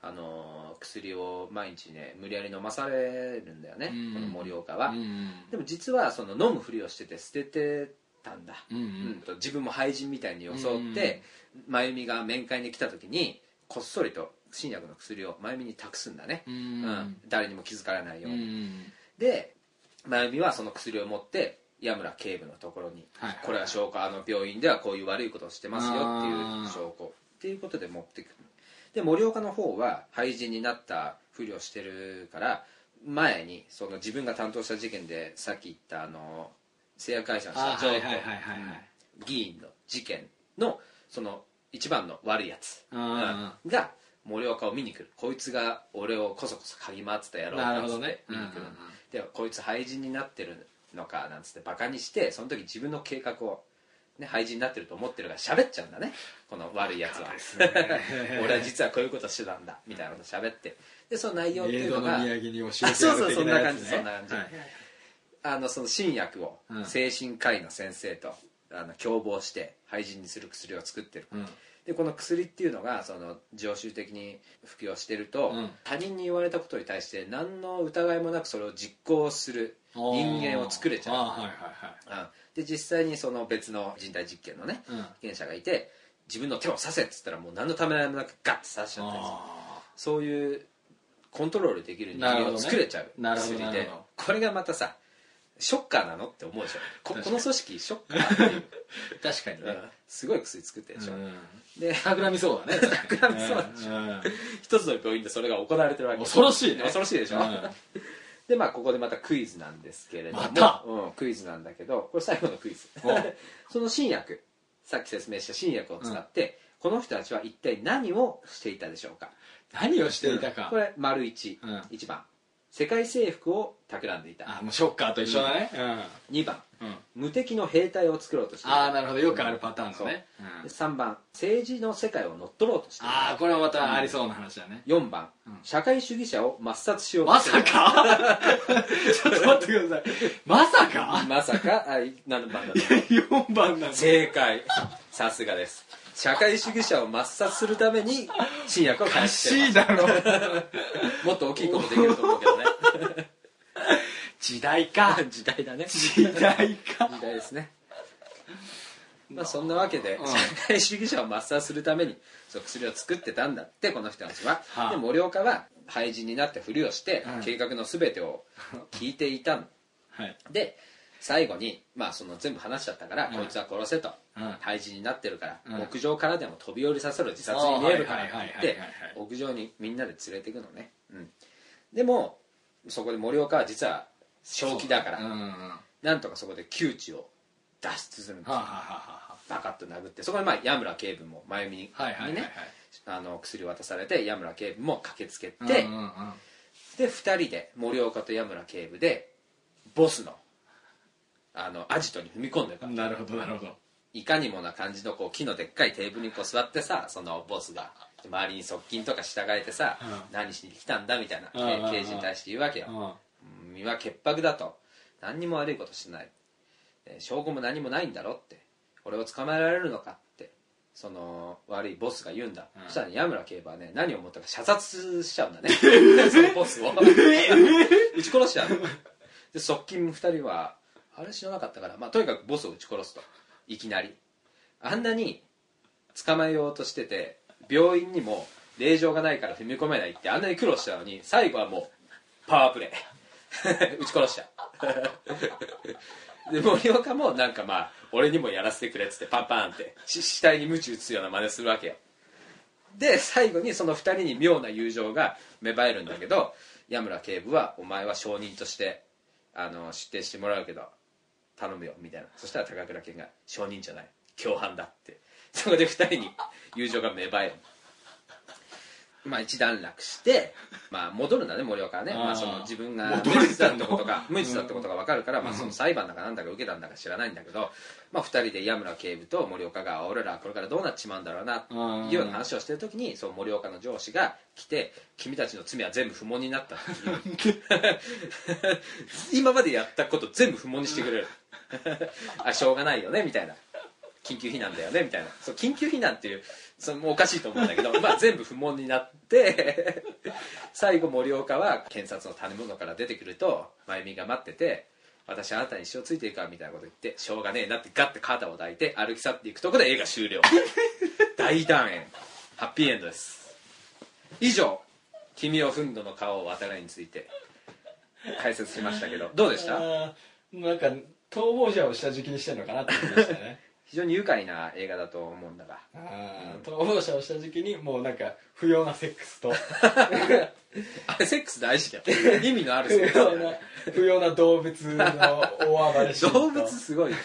Speaker 2: あのー薬を毎日ね無理やり飲まされるんだよね
Speaker 3: うん
Speaker 2: この森岡は、
Speaker 3: うん
Speaker 2: でも実はその飲むふりをしてて捨ててたんだ、
Speaker 3: うんうん
Speaker 2: うんと自分も廃人みたいに装って、真由美が面会に来た時にこっそりと新薬の薬を真由美に託すんだね、
Speaker 3: う
Speaker 2: うん
Speaker 3: ん
Speaker 2: 誰にも気づからないよ
Speaker 3: う
Speaker 2: うに、
Speaker 3: ん
Speaker 2: で真由美はその薬を持って矢村警部のところに、
Speaker 3: はいはいはい
Speaker 2: これは証拠あの病院ではこういう悪いことをしてますよって
Speaker 3: あ
Speaker 2: い
Speaker 3: ー
Speaker 2: う証拠っていうことで持ってくるで森岡の方は廃人になったふりをしてるから前にその自分が担当した事件でさっき言ったあの製薬会社の社
Speaker 3: あー
Speaker 2: 長
Speaker 3: は
Speaker 2: と
Speaker 3: いはいはいはいはい
Speaker 2: うん議員の事件のその一番の悪いやつ
Speaker 3: あ
Speaker 2: が森岡を見に来るこいつが俺をこそこそ嗅ぎ回ってた野郎
Speaker 3: な
Speaker 2: だ
Speaker 3: るほ
Speaker 2: っつ
Speaker 3: ど
Speaker 2: っ
Speaker 3: ね
Speaker 2: て見に来るでこいつ廃人になってるのかなんつってバカにしてその時自分の計画を、ね、廃人になってると思ってるから喋っちゃうんだねこの悪いやつは俺は実はこういうことしてたんだみたいなこと喋ってでその内容って
Speaker 3: 映
Speaker 2: いう
Speaker 3: 像
Speaker 2: の
Speaker 3: の
Speaker 2: が
Speaker 3: 土産に教えて
Speaker 2: あそうそう
Speaker 3: やる的やつね
Speaker 2: そんな感じそんな感あのその新薬を
Speaker 3: うん
Speaker 2: 精神科医の先生とあの共謀して廃人にする薬を作ってる
Speaker 3: はい
Speaker 2: でこの薬っていうのがその常習的に服用してると、
Speaker 3: うん
Speaker 2: 他人に言われたことに対して何の疑いもなくそれを実行する
Speaker 3: うん
Speaker 2: 人間を作れちゃう
Speaker 3: あーはいは
Speaker 2: うんで実際にその別の人体実験のね
Speaker 3: いはいうん
Speaker 2: 被験者がいて自分の手を刺せっつったらもう何のためらいもなくガッて刺しちゃったりする
Speaker 3: あ
Speaker 2: そういうコントロールできる人
Speaker 3: なる
Speaker 2: 間
Speaker 3: ほど
Speaker 2: を
Speaker 3: ね
Speaker 2: 作れちゃう
Speaker 3: なるほど
Speaker 2: 薬で、
Speaker 3: なるほど
Speaker 2: これがまたさショッカーなのって思うでしょこ
Speaker 3: 確かに
Speaker 2: この組織ショッカーっていう、
Speaker 3: ー確かに
Speaker 2: う
Speaker 3: ね
Speaker 2: んすごい薬作ってるでしょ、で
Speaker 3: 企みそうだね
Speaker 2: 企みそうだね一つの病院でそれが行われてるわ
Speaker 3: うん
Speaker 2: け
Speaker 3: 恐ろしいね
Speaker 2: 恐ろしいでしょ、
Speaker 3: うん
Speaker 2: でまあここでまたクイズなんですけれども
Speaker 3: また
Speaker 2: うん、クイズなんだけどこれ最後のクイズ
Speaker 3: お
Speaker 2: その新薬さっき説明した新薬を使って、この人たちは一体何をしていたでしょうか
Speaker 3: 何をしていたか
Speaker 2: これ丸一、
Speaker 3: うん
Speaker 2: 一番世界征服を企んでいた
Speaker 3: あもうショッカーと一緒だね
Speaker 2: 二番
Speaker 3: うんうん
Speaker 2: 無敵の兵隊を作ろうとしてい
Speaker 3: あ
Speaker 2: た
Speaker 3: あなるほどよくあるパターンのねうん
Speaker 2: で三番政治の世界を乗っ取ろうとしていた
Speaker 3: ああこれはまたありそうな話だね
Speaker 2: 四番、
Speaker 3: うん
Speaker 2: 社会主義者を抹殺しようと
Speaker 3: ま
Speaker 2: していた
Speaker 3: さか [laughs] ちょっと待ってくださいまさか
Speaker 2: まさかあい何番だと思う
Speaker 3: 4番なんだ
Speaker 2: 正解さすがです社会主義者を抹殺するために新薬を
Speaker 3: おか
Speaker 2: 開発して
Speaker 3: し
Speaker 2: ま
Speaker 3: い
Speaker 2: す
Speaker 3: だろ
Speaker 2: もっと大きいことできると思うけどね
Speaker 3: [laughs] 時代か
Speaker 2: 時代だね時
Speaker 3: 時代か
Speaker 2: 代ですねまあそんなわけで、
Speaker 3: うん
Speaker 2: 社会主義者を抹殺するためにそう薬を作ってたんだってこの人たちは、
Speaker 3: はあ
Speaker 2: で森岡は廃人になってふりをして、
Speaker 3: うん
Speaker 2: 計画の全てを聞いていたん
Speaker 3: はい
Speaker 2: で最後に、まあ、その全部話しちゃったから、
Speaker 3: うん
Speaker 2: こいつは殺せと、
Speaker 3: うん
Speaker 2: 廃人になってるから、
Speaker 3: うん
Speaker 2: 屋上からでも飛び降りさせろ自殺に見えるからって
Speaker 3: はいはいはいはい
Speaker 2: 言って
Speaker 3: はいはい
Speaker 2: 屋上にみんなで連れていくのね、うん、でもそこで森岡は実は正気だから、
Speaker 3: うんうんうんは
Speaker 2: なんとかそこで窮地を脱出するんで
Speaker 3: あ
Speaker 2: す
Speaker 3: はあ
Speaker 2: よ
Speaker 3: はあは
Speaker 2: バカッと殴ってそこで、まあ、矢村警部も真由美に,、
Speaker 3: あはいはいはいはい
Speaker 2: ねあの薬を渡されて矢村警部も駆けつけて、
Speaker 3: うんうんうん
Speaker 2: で2人で森岡と矢村警部でボスのあのアジトに踏み込んでた
Speaker 3: なるほどなるほど
Speaker 2: いかにもな感じのこう木のでっかいテーブルにこう座ってさそのボスが周りに側近とか従えてさ、
Speaker 3: う
Speaker 2: 何しに来たんだみたいな、
Speaker 3: うんうんうん
Speaker 2: 刑事に対して言うわけよ、
Speaker 3: うん
Speaker 2: 身は潔白だと何にも悪いことしてないえー証拠も何もないんだろって俺を捕まえられるのかってその悪いボスが言うんだ、
Speaker 3: うん
Speaker 2: そしたら矢村警部はね何を思ったか射殺しちゃうんだねそのボスを撃ち殺しちゃうので側近2人はあれ知らなかったから、まあ、とにかくボスを撃ち殺すといきなりあんなに捕まえようとしてて病院にも令状がないから踏み込めないってあんなに苦労したのに最後はもうパワープレイ [laughs] 撃ち殺しちゃうで森岡もなんかまあ俺にもやらせてくれっつってパンパンってし死体に鞭打つような真似するわけよで最後にその2人に妙な友情が芽生えるんだけど矢村警部は「お前は証人としてあの出廷してもらうけど頼むよ」みたいなそしたら高倉健が「証人じゃない共犯だ」ってそこで2人に友情が芽生えるまあ一段落して、まあ、戻るんだね森岡はね
Speaker 3: あー
Speaker 2: まあ、その自分が
Speaker 3: 戻
Speaker 2: 無
Speaker 3: れた
Speaker 2: 実だっ
Speaker 3: の
Speaker 2: てことが無実だってことが分かるから、まあ、その裁判だかなんだか受けたんだか知らないんだけど、まあ、2人で矢村警部と森岡が俺らこれからどうなっちまうんだろうなっていうような話をしてる時にそう森岡の上司が来て「君たちの罪は全部不問になった」っていう今までやったこと全部不問にしてくれる [laughs] あしょうがないよねみたいな緊急避難だよねみたいなそう緊急避難っていうそれもおかしいと思うんだけど、まあ、全部不問になって最後森岡は検察の建物から出てくると真由美が待ってて「私あなたに一生ついていくから」みたいなこと言って「しょうがねえな」ってガッて肩を抱いて歩き去っていくとこで映画終 [laughs] 了大団円ハッピーエンドです以上「君をふんどの顔を渡れ」について解説しましたけどどうでした
Speaker 3: あーなんか逃亡者を下敷きにしてんのかなって思いまし
Speaker 2: [laughs]
Speaker 3: たね
Speaker 2: 非常に愉快な映画だと思うんだが
Speaker 3: あー逃亡者を下敷きにもうなんか不要なセックス
Speaker 2: [laughs]
Speaker 3: と
Speaker 2: あれセックス大事だよ [laughs] 意味のある
Speaker 3: 不
Speaker 2: セックスだ
Speaker 3: 要
Speaker 2: よ
Speaker 3: な
Speaker 2: ね
Speaker 3: 不要な動物の大暴れシーンと
Speaker 2: 動物すごいよ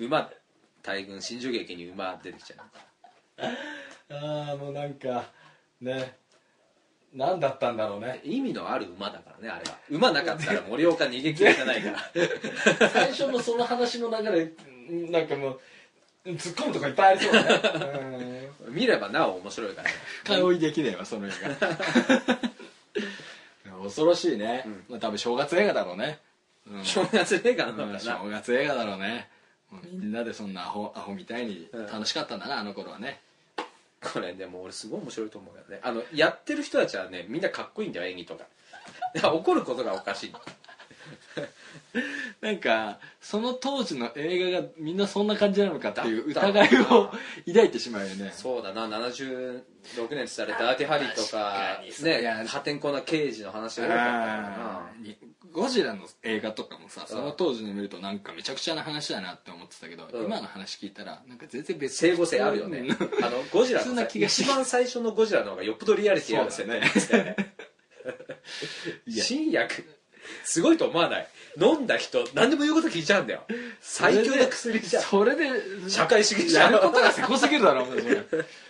Speaker 2: 馬大群新宿駅に馬出てきちゃう
Speaker 3: ああもうなんかね何だったんだろうね
Speaker 2: 意味のある馬だからねあれは馬なかったら森岡逃げ切れてないから [laughs]
Speaker 3: 最初のその話の流れなんかもう突っ込むとこいっぱいありそうだね
Speaker 2: 見ればなお面白いからね
Speaker 3: 深追いできねえわその映画 [laughs] 恐ろしいね、
Speaker 2: ん
Speaker 3: まあ、多分正月映画だろうね、うん
Speaker 2: 正月映画な
Speaker 3: う
Speaker 2: の
Speaker 3: ん
Speaker 2: かな
Speaker 3: 正月映画だろうねもうみんなでそんなアホアホみたいに楽しかったんだな、あの頃はね
Speaker 2: これでも俺すごい面白いと思うけどねあのやってる人たちはねみんなかっこいいんだよ演技とか [laughs] だから怒ることがおかしい
Speaker 3: なんかその当時の映画がみんなそんな感じなのかっていう
Speaker 2: だった
Speaker 3: 疑いを [laughs] 抱いてしまうよね
Speaker 2: そうだな76年って言ったらダーティハリーと
Speaker 3: 確
Speaker 2: か
Speaker 3: かにそういや
Speaker 2: ね破天荒な刑事の話が多かったからな
Speaker 3: あーにゴジラの映画とかもさその当時に見るとなんかめちゃくちゃな話だなって思ってたけど、
Speaker 2: うん
Speaker 3: 今の話聞いたらなんか全然別
Speaker 2: 整合性あるよね
Speaker 3: うん
Speaker 2: あのゴジラ
Speaker 3: 普
Speaker 2: の
Speaker 3: 通な
Speaker 2: さ
Speaker 3: 気がして
Speaker 2: 一番最初のゴジラの方がよっぽどリアリティあるよね
Speaker 3: いや
Speaker 2: 新薬すごいと思わない飲んだ人何でも言うこと聞いちゃうんだよ最強の薬じゃん
Speaker 3: それで
Speaker 2: 社会主義じゃ
Speaker 3: や
Speaker 2: ん
Speaker 3: ることがせこすぎるだろお前それ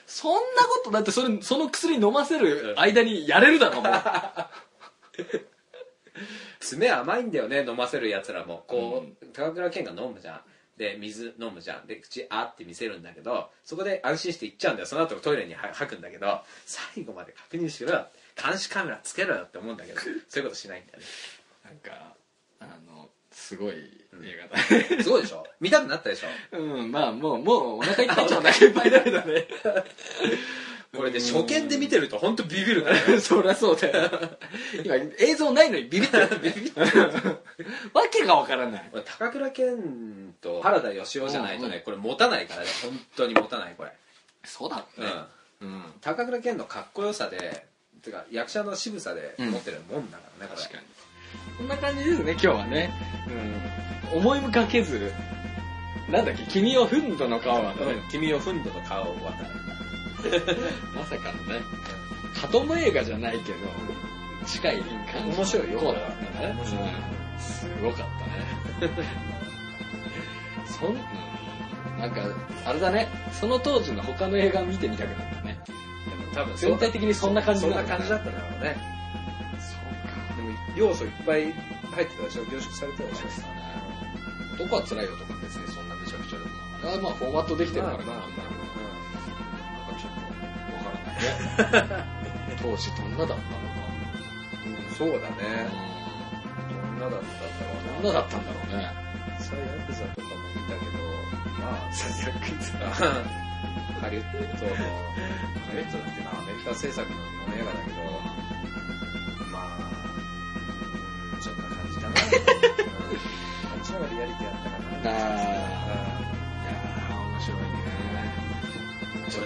Speaker 3: そんなことだってそれその薬飲ませる間にやれるだろもう
Speaker 2: 爪甘いんだよね飲ませるやつらもこう、高倉健が飲むじゃんで水飲むじゃんで口あって見せるんだけどそこで安心して行っちゃうんだよその後トイレには吐くんだけど最後まで確認しろよ監視カメラつけろよって思うんだけどそういうことしないんだよね
Speaker 3: なんかあのすごい映画だね
Speaker 2: すごいでしょ見たくなったでしょ
Speaker 3: うんまあもうもうお腹いっぱいじゃお腹いっぱいだけどね
Speaker 2: これで初見で見てると本当ビビるから
Speaker 3: [laughs] そりゃそうだよ今映像ないのにビビってる [laughs] ビビってわけがわからない
Speaker 2: 俺高倉健と原田芳雄じゃないとねこれ持たないからね本当に持たないこれ
Speaker 3: そうだろう
Speaker 2: うん
Speaker 3: ねうん
Speaker 2: 高倉健のかっこよさでてか役者の渋さで持ってるもんだからね、これ
Speaker 3: 確かにこんな感じですね今日はねうん思いもかけずなんだっけ君をふんどの顔はね
Speaker 2: 君をふんどと顔を渡る
Speaker 3: まさかのねハトの映画じゃないけど近い感じ
Speaker 2: 面白いよ
Speaker 3: こ
Speaker 2: こ
Speaker 3: うだ
Speaker 2: れは
Speaker 3: ったね
Speaker 2: 面白い
Speaker 3: うんすごかったね [laughs] そんうんなんかあれだねその当時の他の映画見てみたくなったね
Speaker 2: 多分
Speaker 3: 全体的にそんな感じ
Speaker 2: そん
Speaker 3: な
Speaker 2: なん
Speaker 3: だ
Speaker 2: 感じだったんだろうね
Speaker 3: そう
Speaker 2: でも要素いっぱい入ってたでしょ凝縮されてたでしょ
Speaker 3: か男は辛いよとか別にそんなめちゃくちゃで
Speaker 4: あま
Speaker 3: もなか
Speaker 4: あフォーマットできてるからな、
Speaker 2: まあまあま
Speaker 4: なんかちょっ
Speaker 2: [laughs]
Speaker 4: とわからないね当時どんなだったのか
Speaker 2: そうだね女だったか
Speaker 4: どんなだったんだろうね
Speaker 2: サイヤクザとかも見たけどまあ
Speaker 3: 最悪さ
Speaker 2: ハリウッドの、ハリウッドだってな、アメリカ制作の映画だけど、まあ、うんそんな感じだな。うんこっちの方がリアリティあったかな。
Speaker 4: あいやー面白いね
Speaker 2: うんこ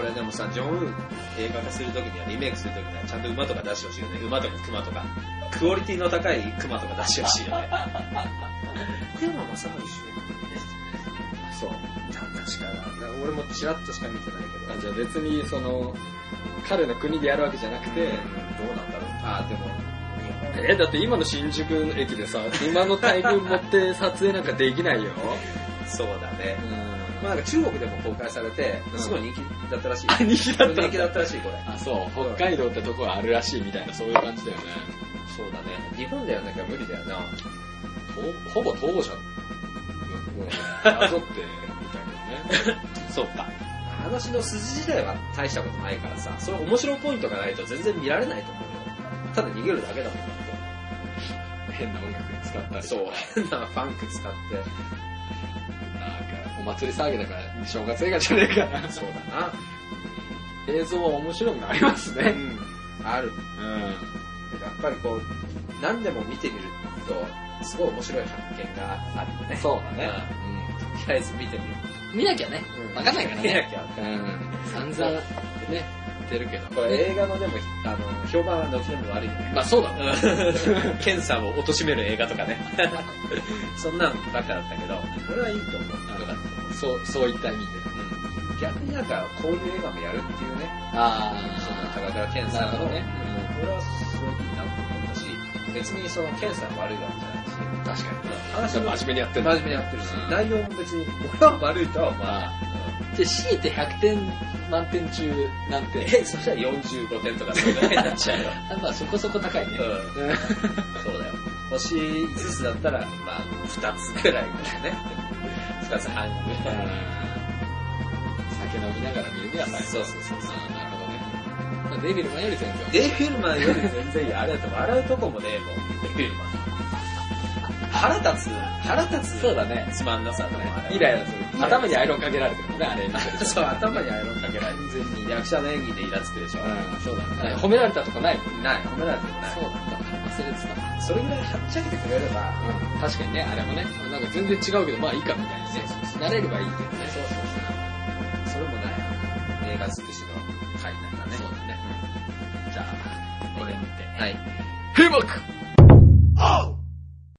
Speaker 2: れ、これでもさ、ジョンウー映画化するときには、リメイクするときには、ちゃんと馬とか出してほしいよね。馬とか熊とか。クオリティの高い熊とか出してほしいよね。福山雅治主演だそう。確かに。俺もチラッとしか見てないけど。
Speaker 3: あじゃあ別にその彼の国でやるわけじゃなくて、
Speaker 2: で、どうなんだろう。ああ、でも、日
Speaker 3: えだって今の新宿駅でさ今の大群持って撮影なんかできないよ、
Speaker 2: 本、そうだね
Speaker 3: う。ん、
Speaker 2: まあなんか中国でも公開されて、
Speaker 3: うん
Speaker 2: すごい人気だったらし [laughs] い。
Speaker 3: あ人気だったんだ
Speaker 2: 人気だったらしい、これ。
Speaker 3: あそう北海道ってとこはあるらしいみたいなそういう感じだよね
Speaker 2: そうだね。日本でやんなきゃ無理だよな。
Speaker 3: とほぼ当社なぞってみたいなね
Speaker 2: そうか。話の筋自体は大したことないからさ、それ面白いポイントがないと全然見られないと思うよ。ただ逃げるだけだもんだっ
Speaker 3: [laughs] 変な音楽に使った
Speaker 2: て。
Speaker 3: り
Speaker 2: そう。変なファンク使って。
Speaker 3: なんかお祭り騒ぎだから正月映画じゃねえか
Speaker 2: そうだ
Speaker 3: 映像は面白くなります
Speaker 2: な。
Speaker 3: ね。
Speaker 2: ある。
Speaker 3: うん。
Speaker 2: やっぱりこう、何でも見てみると、すごい面白い発見があるよね。
Speaker 3: そうだね。
Speaker 2: とりあえず見てみる。
Speaker 3: 見なきゃね。わかんないから
Speaker 2: 見な
Speaker 3: ね。
Speaker 2: きゃ。
Speaker 3: うん。散々ね、言ってるけど。
Speaker 2: これ映画のでも、あの、評判は軒並み悪いよね。
Speaker 3: まあそうだね。
Speaker 2: 検査を貶としめる映画とかね。 [laughs] そんなんばっかだったけど、俺はいいと思う。よかった
Speaker 3: そう、そういった意味で。うん。
Speaker 2: 逆になんか、こういう映画もやるっていうね、その
Speaker 3: あ
Speaker 2: 高倉健
Speaker 3: あ。
Speaker 2: さ
Speaker 3: なる
Speaker 2: ん
Speaker 3: ほ
Speaker 2: の
Speaker 3: どね
Speaker 2: ね、。俺はすごいいいなと思ったし、別にその健さん悪いわけじゃないし、
Speaker 3: 確か
Speaker 2: 話
Speaker 3: に。
Speaker 2: も
Speaker 3: 真面目にやって
Speaker 2: 真
Speaker 3: るの
Speaker 2: 面目にやってるし
Speaker 3: う、ん
Speaker 2: 内容も別に俺は悪いとは思わない。
Speaker 3: まあ。で、強いて100点満点中何点
Speaker 2: え、そしたら45点とかそれぐらいになっちゃうよ。
Speaker 3: まあそこそこ高いね。
Speaker 2: [laughs] うんそうだよ。星5つだったら、まあ、2つぐらいだよね。2つ半ぐらい。
Speaker 3: 酒飲みながら見るには最高。
Speaker 2: そうそうそうそう
Speaker 3: あーなるほどねまあ。デビルマンより全然。
Speaker 2: デイフィルマンより全然いい。あれだと笑うとこもねえもん。デイフィルマン。腹立つ、腹立つ。
Speaker 3: そうだね。
Speaker 2: つまんなさだね。あれ
Speaker 3: イライラする。頭にアイロンかけられてるもんね、あれ。
Speaker 2: そう、頭にアイロンかけられる。
Speaker 3: 完全に。
Speaker 2: 役者の演技でイラつくでしょ。
Speaker 3: うん、そうだね。褒められたとかないもん。
Speaker 2: ない、褒められてもない。
Speaker 3: そうだった。忘れてた。
Speaker 2: それぐらいはっちゃけてくれれば、
Speaker 3: うん、確かにね、あれもね、なんか全然違うけど、まあいいかみたいなね。慣れればいいけどね。
Speaker 2: そうそうそう。それもない。映画尽くしの回なんだね。
Speaker 3: そうだね。じゃあ、これ見て。
Speaker 2: はい。
Speaker 3: 閉幕 o